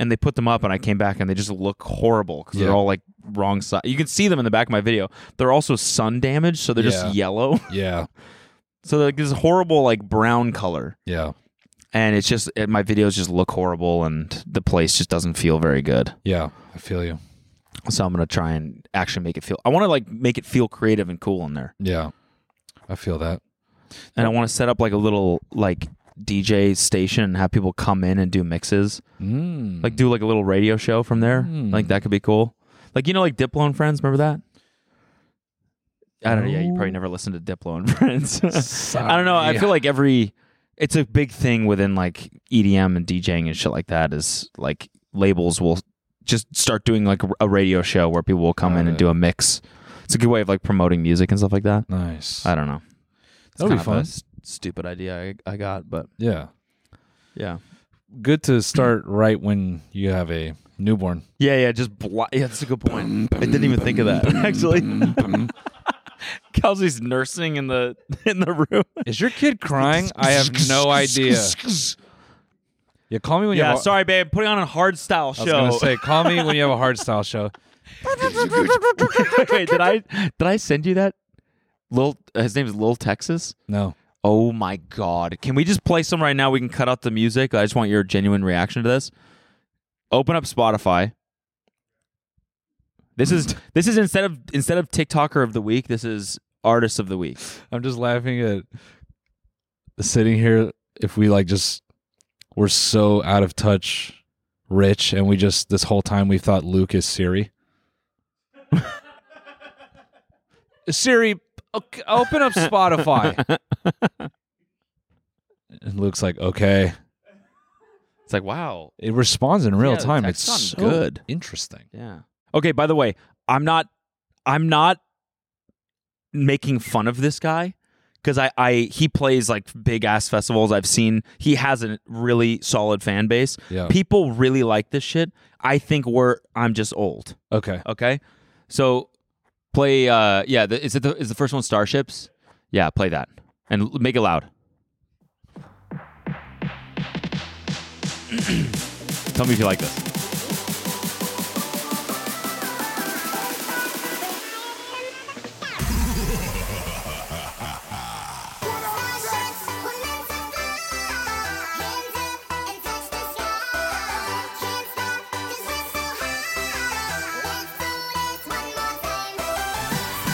And they put them up, and I came back, and they just look horrible because
Yeah.
they're all like wrong side. You can see them in the back of my video. They're also sun damaged, so they're
Yeah.
just yellow.
yeah,
so they're like this horrible like brown color,
yeah,
and it's just it, my videos just look horrible, and the place just doesn't feel very good.
yeah. I feel you.
So I'm gonna try and actually make it feel. I want to like make it feel creative and cool in there.
Yeah, I feel that.
and I want to set up like a little like DJ station and have people come in and do mixes,
Mm.
like do like a little radio show from there.
Hmm.
Like that could be cool. Like you know, like Diplo and Friends. Remember that? I don't know. Yeah, you probably
No.
never listened to Diplo and Friends. I don't know. I
Sorry.
feel like every it's a big thing within like EDM and DJing and shit like that. Is like labels will just start doing like a radio show where people will come in and
Got it.
do a mix. It's a good way of like promoting music and stuff like that.
nice.
I don't know. It's
That'll be
kind of
fun.
a s- stupid idea I, I got, but
yeah.
yeah,
good to start right when you have a newborn.
Yeah, yeah, just bl- yeah, that's a good point. I didn't even think of that actually. Kelsey's nursing in the in the room.
Is your kid crying? I have no idea. Yeah, call me when you
Yeah,
have. a-
sorry, babe. Putting on a hard style
I
show.
was gonna say, call me when you have a hard style show.
wait, wait, did I did I send you that? Lil, his name is Lil Texas.
No,
Oh my god! Can we just play some right now? We can cut out the music. I just want your genuine reaction to this. Open up Spotify. This is this is instead of instead of TikToker of the week. This is artist of the week.
I'm just laughing at sitting here. If we like, just we're so out of touch, rich, and we just this whole time we thought Luke is Siri. Siri, ok- open up Spotify. and Luke's like, okay.
It's like wow.
It responds in real
Yeah, the
time. It's
text
so
sounds good.
interesting.
Yeah. Okay. By the way, I'm not I'm not making fun of this guy because I I he plays like big ass festivals. I've seen he has a really solid fan base.
Yeah.
People really like this shit. I think we're I'm just old.
Okay.
Okay. So play uh yeah, the, is it the is the first one Starships? Yeah, play that. And l- make it loud. Tell me if you like this.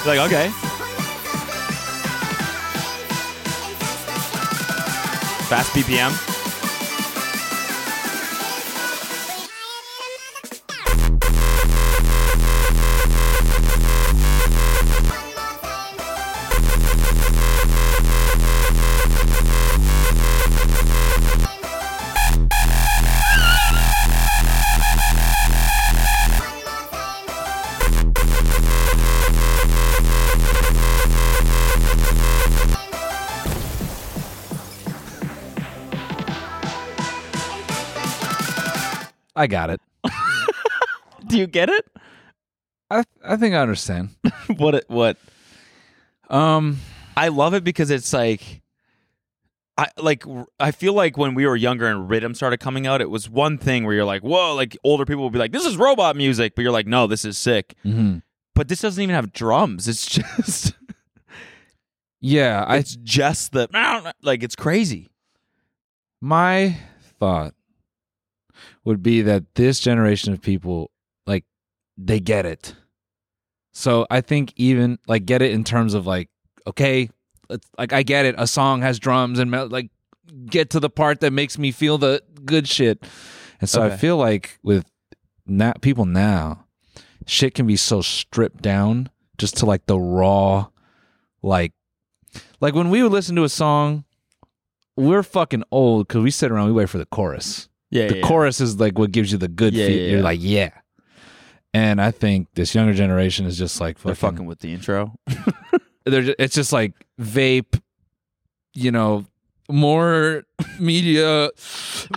You're like, okay. Fast BPM.
I got it.
Do you get it?
I I think I understand.
what it what
Um
I love it because it's like I like r- I feel like when we were younger and rhythm started coming out, it was one thing where you're like, whoa, like older people would be like, This is robot music, but you're like, No, this is sick.
mhm.
But this doesn't even have drums. It's just
yeah, I
it's just the like it's crazy.
my thought would be that this generation of people like they get it. So I think even like get it in terms of like okay, let's- like I get it. A song has drums and mel- like get to the part that makes me feel the good shit. And so I
Okay.
feel like with na people now, shit can be so stripped down just to like the raw, like, like when we would listen to a song, we're fucking old because we sit around, we wait for the chorus.
Yeah.
The chorus is like what gives you the good
Yeah,
feel.
yeah, yeah.
You're like, yeah. And I think this younger generation is just like
They're fucking with the intro.
they're ju- it's just like vape you know more media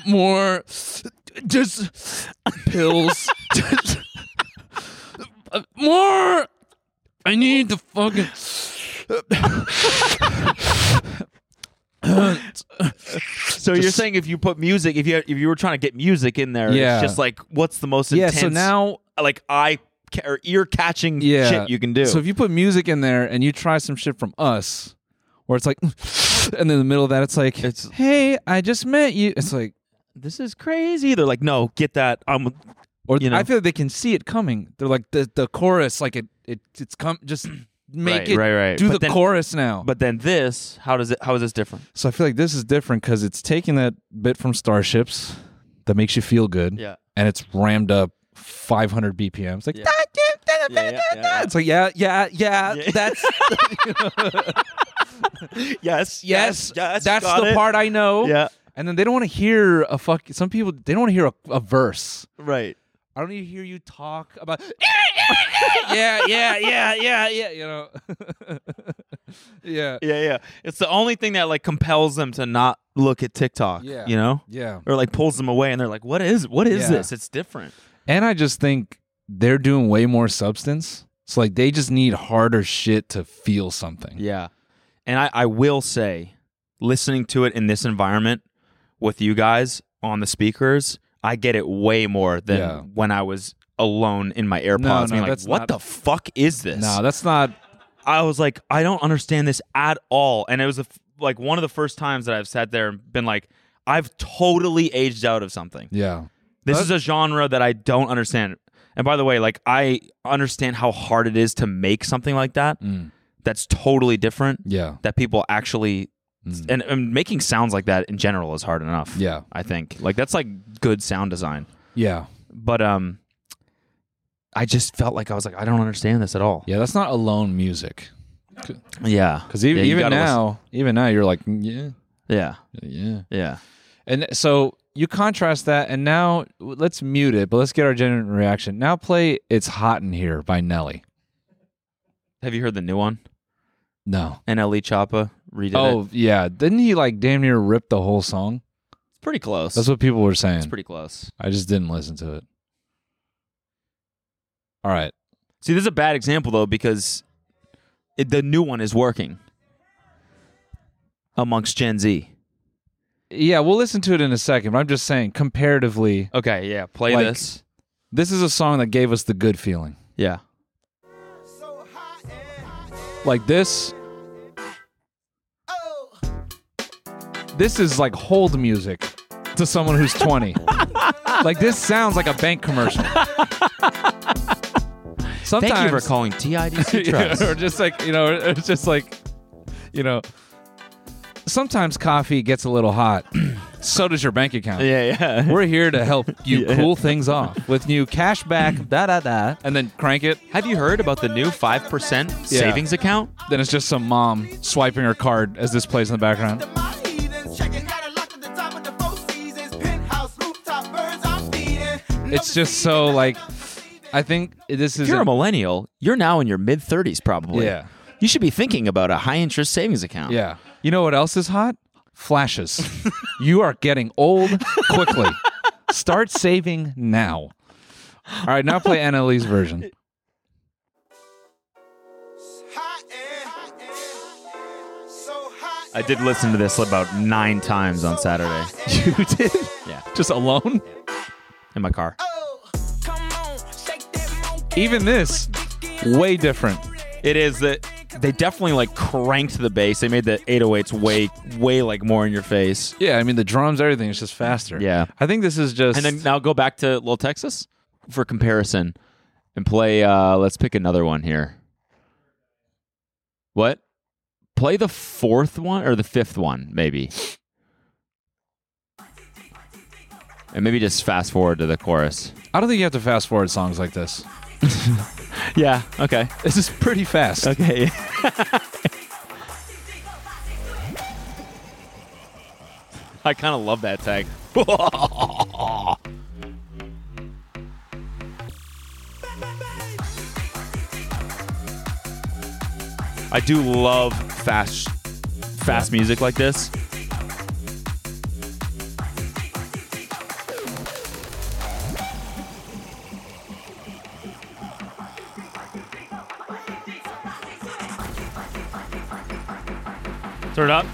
more just pills just, uh, more i need the fucking
So you're saying if you put music, if you if you were trying to get music in there,
Yeah.
it's just like what's the most
yeah
intense
so now
like eye ca- or ear catching
yeah
shit you can do.
so if you put music in there and you try some shit from us where it's like and in the middle of that it's like
It's-
hey i just met you it's like
this is crazy. They're like, no, get that. I'm
or
You know?
I feel like they can see it coming. They're like the the chorus, like it, it it's come just make
Right,
it
right, right.
do
But
the
then-
chorus now.
But then this, how does it? How is this different?
so I feel like this is different because it's taking that bit from Starships that makes you feel good,
Yeah.
and it's rammed up 500 BPMs. Like
Yeah, yeah, yeah.
it's like yeah, yeah, yeah.
Yeah.
That's
Yes,
yes, that's the part I know.
Yeah,
And then they don't want to hear a fuck. Some people they don't want to hear a, a verse.
right.
I don't need to hear you talk about. yeah, yeah, yeah, yeah, yeah. You know. yeah.
Yeah, yeah. It's the only thing that like compels them to not look at TikTok.
Yeah.
You know?
Yeah.
Or like pulls them away and they're like, What is what is
Yeah.
this? It's different.
And I just think they're doing way more substance. So like they just need harder shit to feel something.
Yeah. And I, I will say, listening to it in this environment with you guys on the speakers, I get it way more than
Yeah.
when I was alone in my
no,
AirPods. being like,
that's
what
not-
the fuck is this?
No, that's not
I was like, I don't understand this at all. And it was the f like one of the first times that I've sat there and been like, I've totally aged out of something.
yeah.
This
That-
is a genre that I don't understand. And by the way, like I understand how hard it is to make something like that.
Mm.
That's totally different.
Yeah.
That people actually
Mm.
and, and making sounds like that in general is hard enough.
Yeah.
I think like that's like good sound design.
Yeah.
But um, I just felt like I was like I don't understand this at all.
Yeah, that's not alone music.
Yeah,
Cuz even,
Yeah, you
even
gotta listen-
now, even now you're like, "Mm, yeah,
yeah,
yeah.
yeah.
And so you contrast that and now let's mute it, but let's get our genuine reaction. Now play It's Hot in Here by Nelly.
Have you heard the new one?
No.
NLE Choppa redid it.
Oh, yeah. Didn't he like damn near rip the whole song?
It's pretty close.
That's what people were saying.
it's pretty close.
I just didn't listen to it. All right.
See, this is a bad example though because it, the new one is working amongst Gen Z.
Yeah, we'll listen to it in a second, but I'm just saying comparatively,
Okay, yeah, play
Like-
this.
this is a song that gave us the good feeling.
Yeah,
Like this This is like hold music to someone who's 20. like this sounds like a bank commercial. Sometimes
thank you for calling TIDC Trust.
or just like you know, it's just like you know. Sometimes coffee gets a little hot. so does your bank account.
yeah, yeah.
We're here to help you cool things off with new cash back, da da da, and then crank it.
Have you heard about the new 5%
Yeah.
savings account?
Then it's just some mom swiping her card as this plays in the background. It's just so like, I think this is
If you're a
an-
millennial, you're now in your mid 30s probably.
Yeah.
You should be thinking about a high interest savings account.
yeah. You know what else is hot? Flashes. you are getting old quickly. Start saving now. All right, now play NLE's version.
I did listen to this about nine times on Saturday
You did?
Yeah.
Just alone?
in my car.
Oh,
Even this, way different.
It is that they definitely like cranked the bass. They made the 808s way, way like more in your face.
Yeah, I mean the drums, everything is just faster.
Yeah.
I think this is just
And then now go back to Little Texas for comparison and play. Uh, let's pick another one here. What? Play the fourth one or the fifth one, maybe. And maybe just fast forward to the chorus.
I don't think you have to fast forward songs like this.
Yeah. Okay.
This is pretty fast.
Okay. I kind of love that tag. I do love fast fast music like this. Turn it up.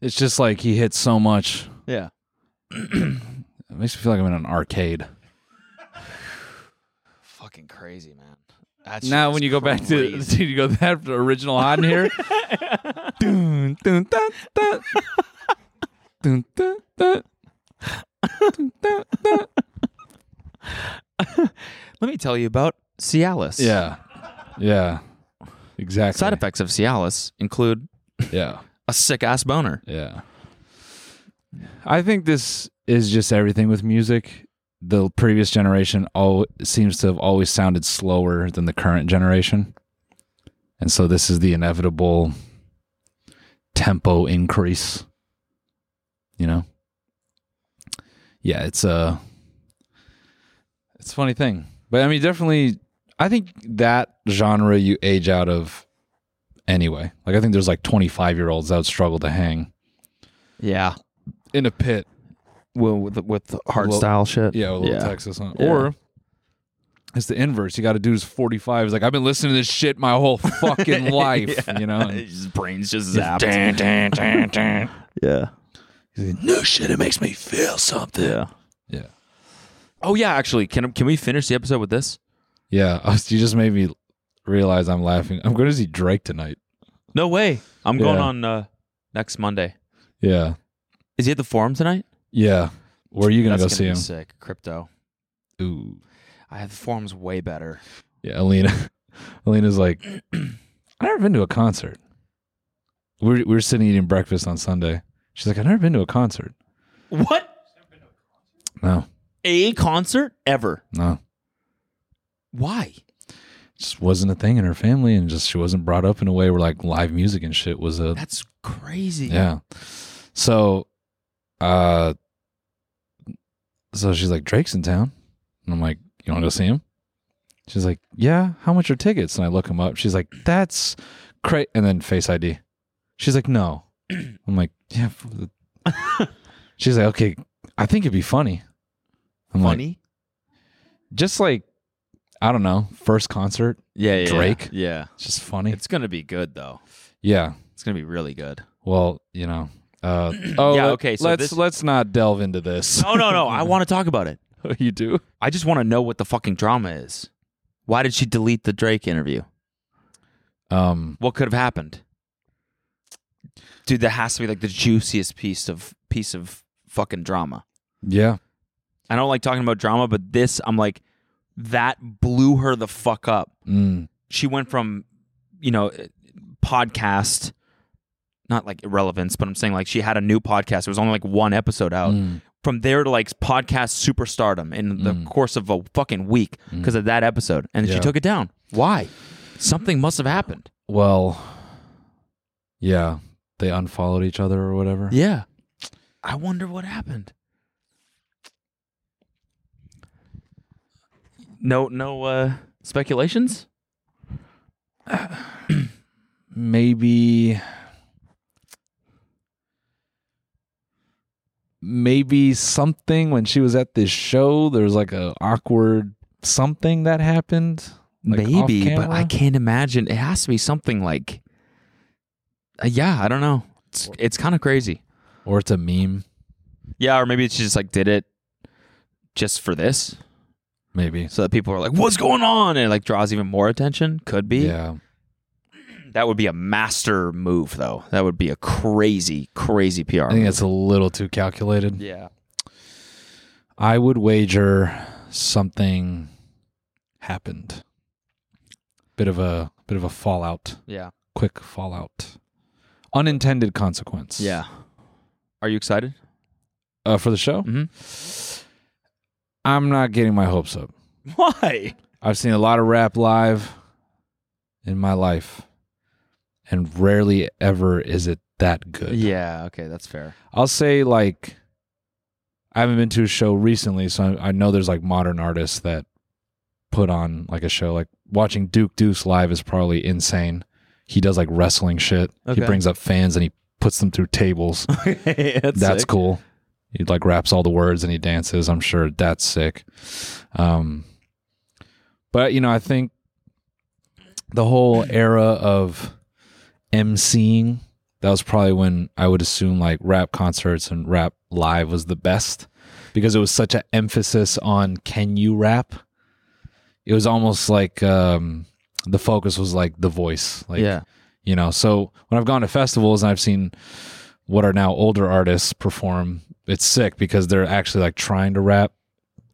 It's just like he hits so much.
Yeah.
It makes me feel like I'm in an arcade.
Fucking crazy, man. That shit
Now
is
when you go back to
crazy.
you go that original hot in here. dun, dun, dun, dun. Dun, dun, dun. Dun, dun, dun.
Let me tell you about Cialis.
Yeah. Yeah. Exactly.
Side effects of Cialis include
Yeah.
a sick ass boner.
Yeah. I think this is just everything with music. the previous generation all seems to have always sounded slower than the current generation. And so this is the inevitable tempo increase. You know? Yeah, it's a it's a funny thing. But I mean definitely I think that genre you age out of anyway. Like I think there's like 25 year olds that would struggle to hang
Yeah.
in a pit
Well, with with hard
Well,
style shit.
Yeah, with a little
Yeah.
Texas. Huh?
Yeah.
Or it's the inverse. You got to do is 45. It's like, I've been listening to this shit my whole fucking life, you know? And
His brain's just zapped. Yeah.
he's like, no shit, it makes me feel something.
Yeah.
Yeah.
Oh yeah, actually, can can we finish the episode with this?
Yeah. I was- You just made me realize I'm laughing. I'm going to see Drake tonight.
No way. I'm going
Yeah.
on uh, next Monday.
Yeah.
Is he at the forum tonight?
Yeah. Where are you going to go
That's
see
gonna
him?
be Sick crypto.
Ooh.
I have the forum's way better.
Yeah. Alina. Alina's like, I've never been to a concert. We were, we were sitting eating breakfast on Sunday. She's like, I've never been to a concert.
What
No,
a concert ever?
no.
Why?
just wasn't a thing in her family and just she wasn't brought up in a way where like live music and shit was a
That's crazy.
yeah so uh so she's like drake's in town and i'm like you want to go see him she's like yeah how much are tickets and i look him up she's like that's cra and then face id she's like no i'm like yeah f- the-" she's like okay i think it'd be funny i'm like
Funny.
just like i don't know first concert
Yeah, yeah.
Drake?
Yeah.
it's just funny
It's gonna be good though.
yeah
It's gonna be really good.
Well, you know. Uh, oh,
Yeah,
let-
okay, so
let's
this-
let's not delve into this.
No, no, no. I want to talk about it.
you do.
I just want to know what the fucking drama is. Why did she delete the Drake interview?
Um,
What could have happened? Dude, that has to be like the juiciest piece of piece of fucking drama.
yeah,
I don't like talking about drama, but this I'm like that blew her the fuck up.
mm,
She went from, you know, eh, podcast not like irrelevance, but I'm saying like she had a new podcast. It was only like one episode out.
mm,
From there to like podcast superstardom in the
Mm.
course of a fucking week because of that episode. And
Yeah.
she took it down. Why? Something must have happened.
well, yeah, they unfollowed each other or whatever.
Yeah. I wonder what happened. No, no uh, speculations.
Maybe, maybe something when she was at this show, there was like a awkward something that happened. like, off
Maybe, but I
camera?
can't imagine. It has to be something like, uh, yeah, I don't know. It's it's kind of crazy.
Or it's a meme,
Yeah, or maybe she just like did it just for this,
maybe.
so that people are like, "What's going on?" and it, like draws even more attention. Could be.
Yeah,
That would be a master move, though. That would be a crazy, crazy PR.
I think
move.
that's a little too calculated.
yeah.
I would wager something happened. Bit of a bit of a fallout,
Yeah.
quick fallout, unintended consequence.
Yeah. Are you excited?
Uh, for the show,
Mhm.
I'm not getting my hopes up.
Why?
I've seen a lot of rap live in my life, and rarely ever is it that good.
Yeah, okay, that's fair.
I'll say like I haven't been to a show recently, so I, I know there's like modern artists that put on like a show. Like watching Duke Deuce live is probably insane. He does like wrestling shit.
Okay.
He brings up fans and he puts them through tables.
that's
that's cool. He like raps all the words and he dances. I'm sure that's sick. Um, but you know, I think the whole era of emceeing that was probably when I would assume like rap concerts and rap live was the best because it was such an emphasis on can you rap. It was almost like um, the focus was like the voice, like
yeah.
you know so when i've gone to festivals and i've seen what are now older artists perform it's sick because they're actually like trying to rap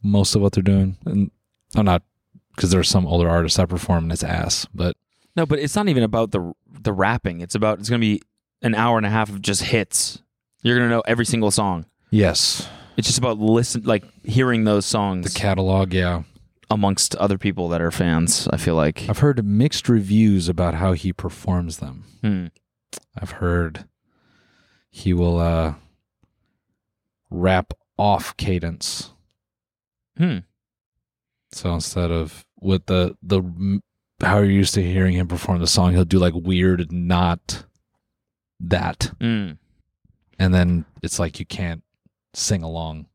most of what they're doing and i'm not because there are some older artists that perform and it's ass but
No, but it's not even about the the rapping. It's about it's going to be an hour and a half of just hits. You're going to know every single song.
yes
It's just about listen, like hearing those songs
catalog. Yeah,
amongst other people that are fans. I feel like
I've heard mixed reviews about how he performs them.
Hmm.
I've heard he will uh, rap off cadence.
Hmm.
So instead of with the the how you're used to hearing him perform the song, he'll do like weird not that,
Mm.
and then it's like you can't sing along.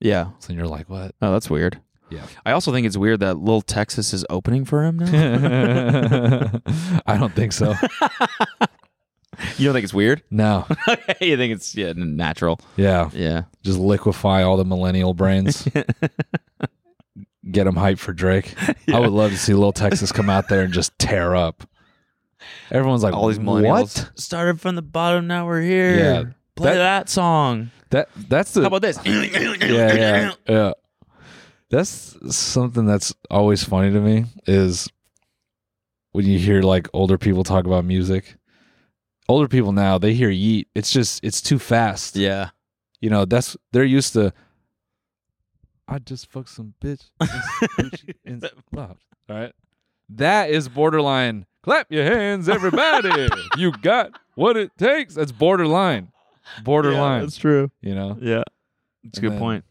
yeah.
So you're like, what?
Oh, that's weird.
Yeah.
I also think it's weird that Lil Texas is opening for him now.
I don't think so.
you don't think it's weird?
No.
you think it's yeah n- natural?
Yeah.
Yeah.
Just liquefy all the millennial brains. Get them hyped for Drake. I would love to see Little Texas come out there and just tear up. Everyone's like,
All these millennials
What?
started from the bottom. Now we're here.
Yeah.
Play
That-
that, song.
That that's the
How about this?
yeah, yeah, yeah. That's something that's always funny to me is when you hear like older people talk about music. Older people now, they hear yeet. It's just it's too fast.
yeah.
You know, that's they're used to I just fucked some bitch and loud. All right. That is borderline. Clap your hands, everybody. you got what it takes. That's borderline. Borderline.
true.
you know?
Yeah. It's
And
a good
then-
point.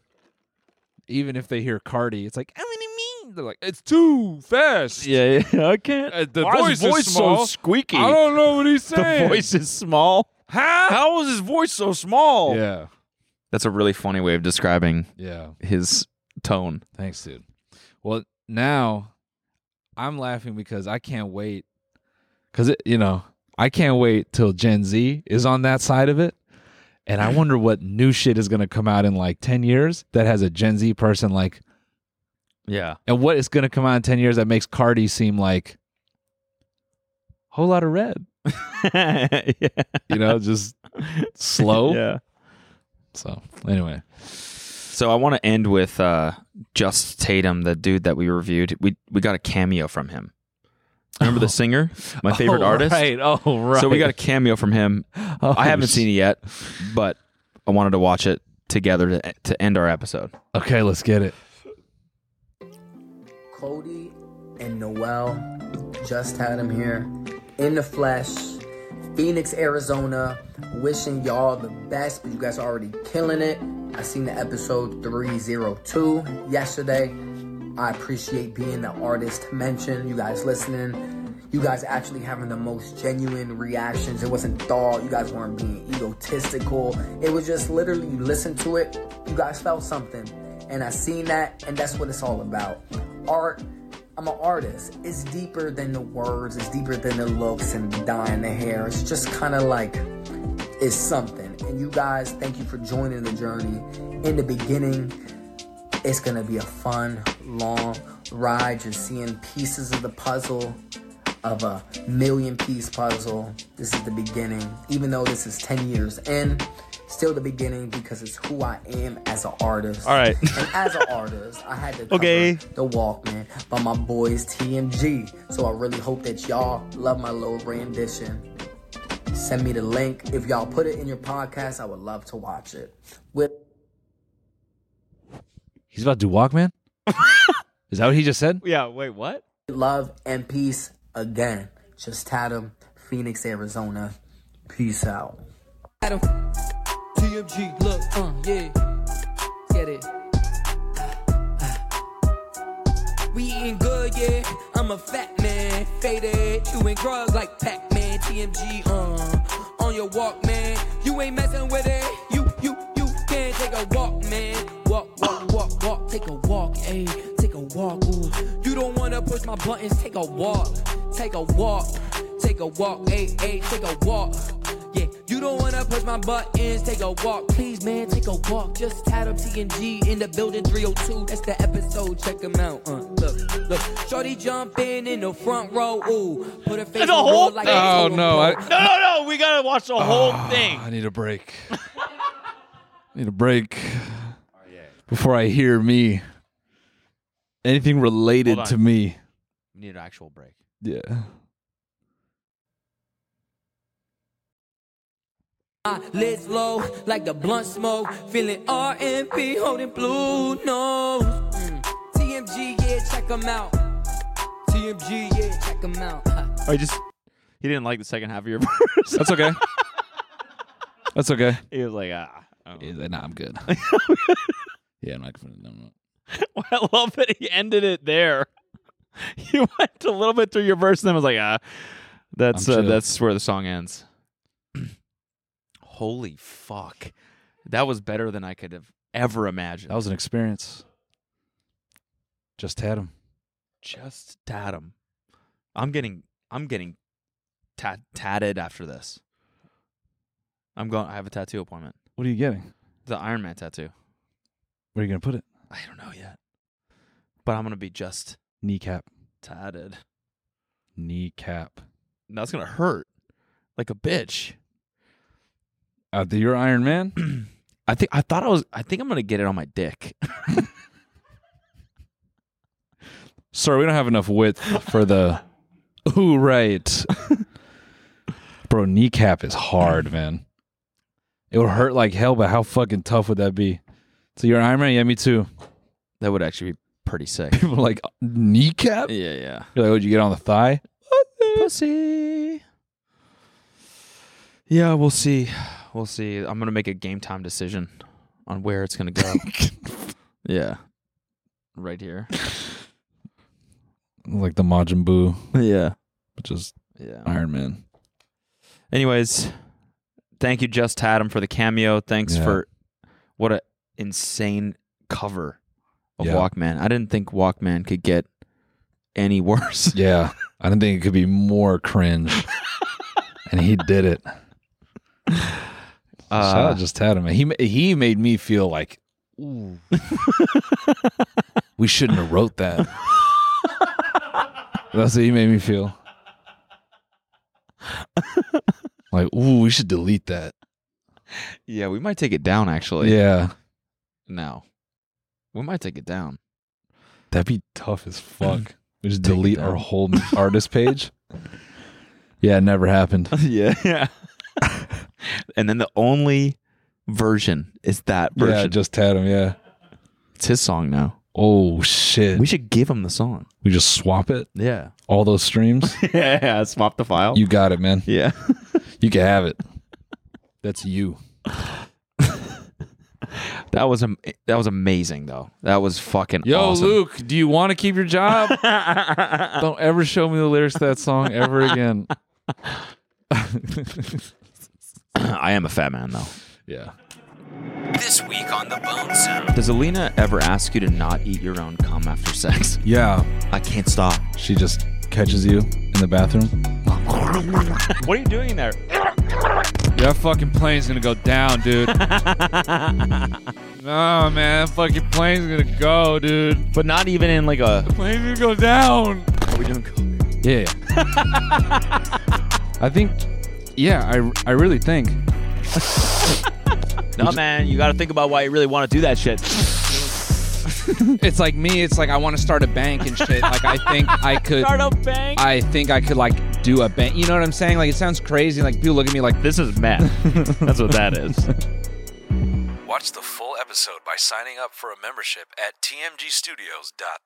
Even if they hear Cardi, it's like, I mean, they're like, it's too fast.
Yeah, yeah. I can't.
Uh, the
Why
voice
is
is
his voice
small.
so squeaky?
I don't know what he's saying.
the voice is small.
Huh?
How is his voice so small?
Yeah.
That's a really funny way of describing
Yeah.
his tone.
Thanks, dude. Well, now I'm laughing because I can't wait. Because, you know, I can't wait till Gen Z is on that side of it. And I wonder what new shit is going to come out in like 10 years that has a Gen Z person like,
Yeah.
and what is going to come out in 10 years that makes Cardi seem like a whole lot of red,
yeah.
you know, just slow.
Yeah.
So, anyway,
So I want to end with uh, Just Tatum, the dude that we reviewed. We we got a cameo from him. Remember the singer, my favorite
Oh,
artist.
Right. Oh, right.
So we got a cameo from him.
Oh,
I haven't
sh-
seen it yet, but I wanted to watch it together to, to end our episode.
Okay, let's get it.
Cody and Noel just had him here in the flesh, Phoenix, Arizona. Wishing y'all the best, but you guys are already killing it. I seen the episode 302 yesterday. I appreciate being the artist mentioned. You guys listening. You guys actually having the most genuine reactions. It wasn't thought. You guys weren't being egotistical. It was just literally you listened to it. You guys felt something. And I seen that, and that's what it's all about. Art, I'm an artist. It's deeper than the words, it's deeper than the looks and dyeing the hair. It's just kind of like is something. And you guys, thank you for joining the journey. In the beginning, it's gonna be a fun, long ride. You're seeing pieces of the puzzle of a million piece puzzle. This is the beginning. Even though this is 10 years in, still the beginning because it's who I am as an artist. All
right.
and as an artist, I had to cover
Okay.
the Walkman by my boys TMG. So I really hope that y'all love my little rendition send me the link. If y'all put it in your podcast, I would love to watch it. With
He's about to do Walkman? is that what he just said?
Yeah. Wait. What?
love and peace again. Just Tatum, Phoenix, Arizona. Peace out.
TMG, look, uh, yeah. Get it. We eating good, yeah. I'm a fat man, faded. Chewing drugs like Pac Man, TMG, uh. On your walk, man. You ain't messing with it. You, you, you can't take a walk, man. Walk, walk, walk, walk. Take a walk, ayy. Take a walk, ooh. You don't wanna push my buttons. Take a walk. Take a walk. Take a walk, ayy, ayy. Take a walk. Yeah, you don't wanna push my buttons. Take a walk, please, man. Take a walk. Just tat up TNG in the building 302. That's the episode. Check them out. Uh, look, look. Shorty jumping in the front row. Ooh, put her face
The
on
whole
wall like
thing?
a
Oh, no,
totem pole.
I-
No. No. We gotta watch the whole thing.
Ah, I need a break. I need a break before I hear me. Anything related
Hold
to
on.
me.
Need an actual break.
Yeah.
my lids low like the blunt smoke. Feeling RMP, holding blue nose. Mm. TMG, yeah, check 'em out. TMG, yeah, check 'em out. Ha.
I just he didn't like the second half of your verse.
That's okay. That's okay.
he was like, ah. I don't know.
nah, I'm good. yeah, I'm not. I'm not.
I love that he ended it there. He went a little bit through your verse and then was like, ah, that's
I'm
uh,
chill.
that's where the song ends. Holy fuck. That was better than I could have ever imagined.
That was an experience. Just had him.
just datum. I'm getting I'm getting tat- tatted after this. I'm going I have a tattoo appointment.
What are you getting?
The Iron Man tattoo.
Where are you gonna put it?
I don't know yet. But I'm gonna be just
Kneecap.
tatted.
Kneecap.
That's gonna hurt. Like a bitch.
Uh, the, you're Iron Man.
I think I thought I was. I think I'm gonna get it on my dick.
Sorry, we don't have enough width for the. Ooh, right. Bro, kneecap is hard, man. It would hurt like hell, but how fucking tough would that be? So you're Iron Man? Yeah, me too.
That would actually be pretty sick.
People are like kneecap.
yeah, yeah.
You're like, would you get on the thigh?
Pussy. Yeah, we'll see. We'll see. I'm gonna make a game time decision on where it's gonna go. yeah, right here.
Like the Majin Buu,
Yeah,
which is
yeah.
Iron Man.
Anyways, thank you, Just Tatum, for the cameo. Thanks
Yeah.
for what a insane cover of
Yeah.
Walkman. I didn't think Walkman could get any worse.
Yeah. I didn't think it could be more cringe. and he did it. Shout
Uh,
out just had him. He ma- he made me feel like ooh. we shouldn't have wrote that. That's what he made me feel. like, ooh, we should delete that.
yeah, we might take it down actually.
Yeah.
now. We might take it down.
That'd be tough as fuck. We just
Take it
delete our
down.
whole artist page. Yeah, it never happened.
yeah. Yeah. and then the only version is that version.
Yeah, just had him, yeah.
it's his song now.
Oh shit.
We
We,
should give him the song.
just swap it.
Yeah.
All those streams.
yeah. Swap the file.
you got it, man.
yeah.
You can have it. That's you.
That was am- that was amazing though. That was fucking
Yo,
awesome.
Luke, do you want to keep your job? Don't ever show me the lyrics to that song ever again.
I am a fat man though.
yeah.
This week on the Bone Zone.
Does Alina ever ask you to not eat your own cum after sex?
Yeah.
I can't stop.
She just catches you in the bathroom.
What are you doing there?
That fucking plane's gonna go down, dude. no, man, that fucking plane's gonna go, dude.
But not even in like a
Plane's gonna go down.
Are we doing cum?
Yeah. I think. Yeah, I I really think.
No man, you gotta think about why you really wanna do that shit.
It's like me. It's like I want to start a bank and shit. Like I think I could.
bang.
I think I could like do a bank. You know what I'm saying? Like it sounds crazy. Like people look at me like
This is meth. That's what that is.
Watch the full episode by signing up for a membership at tmgstudios.tv.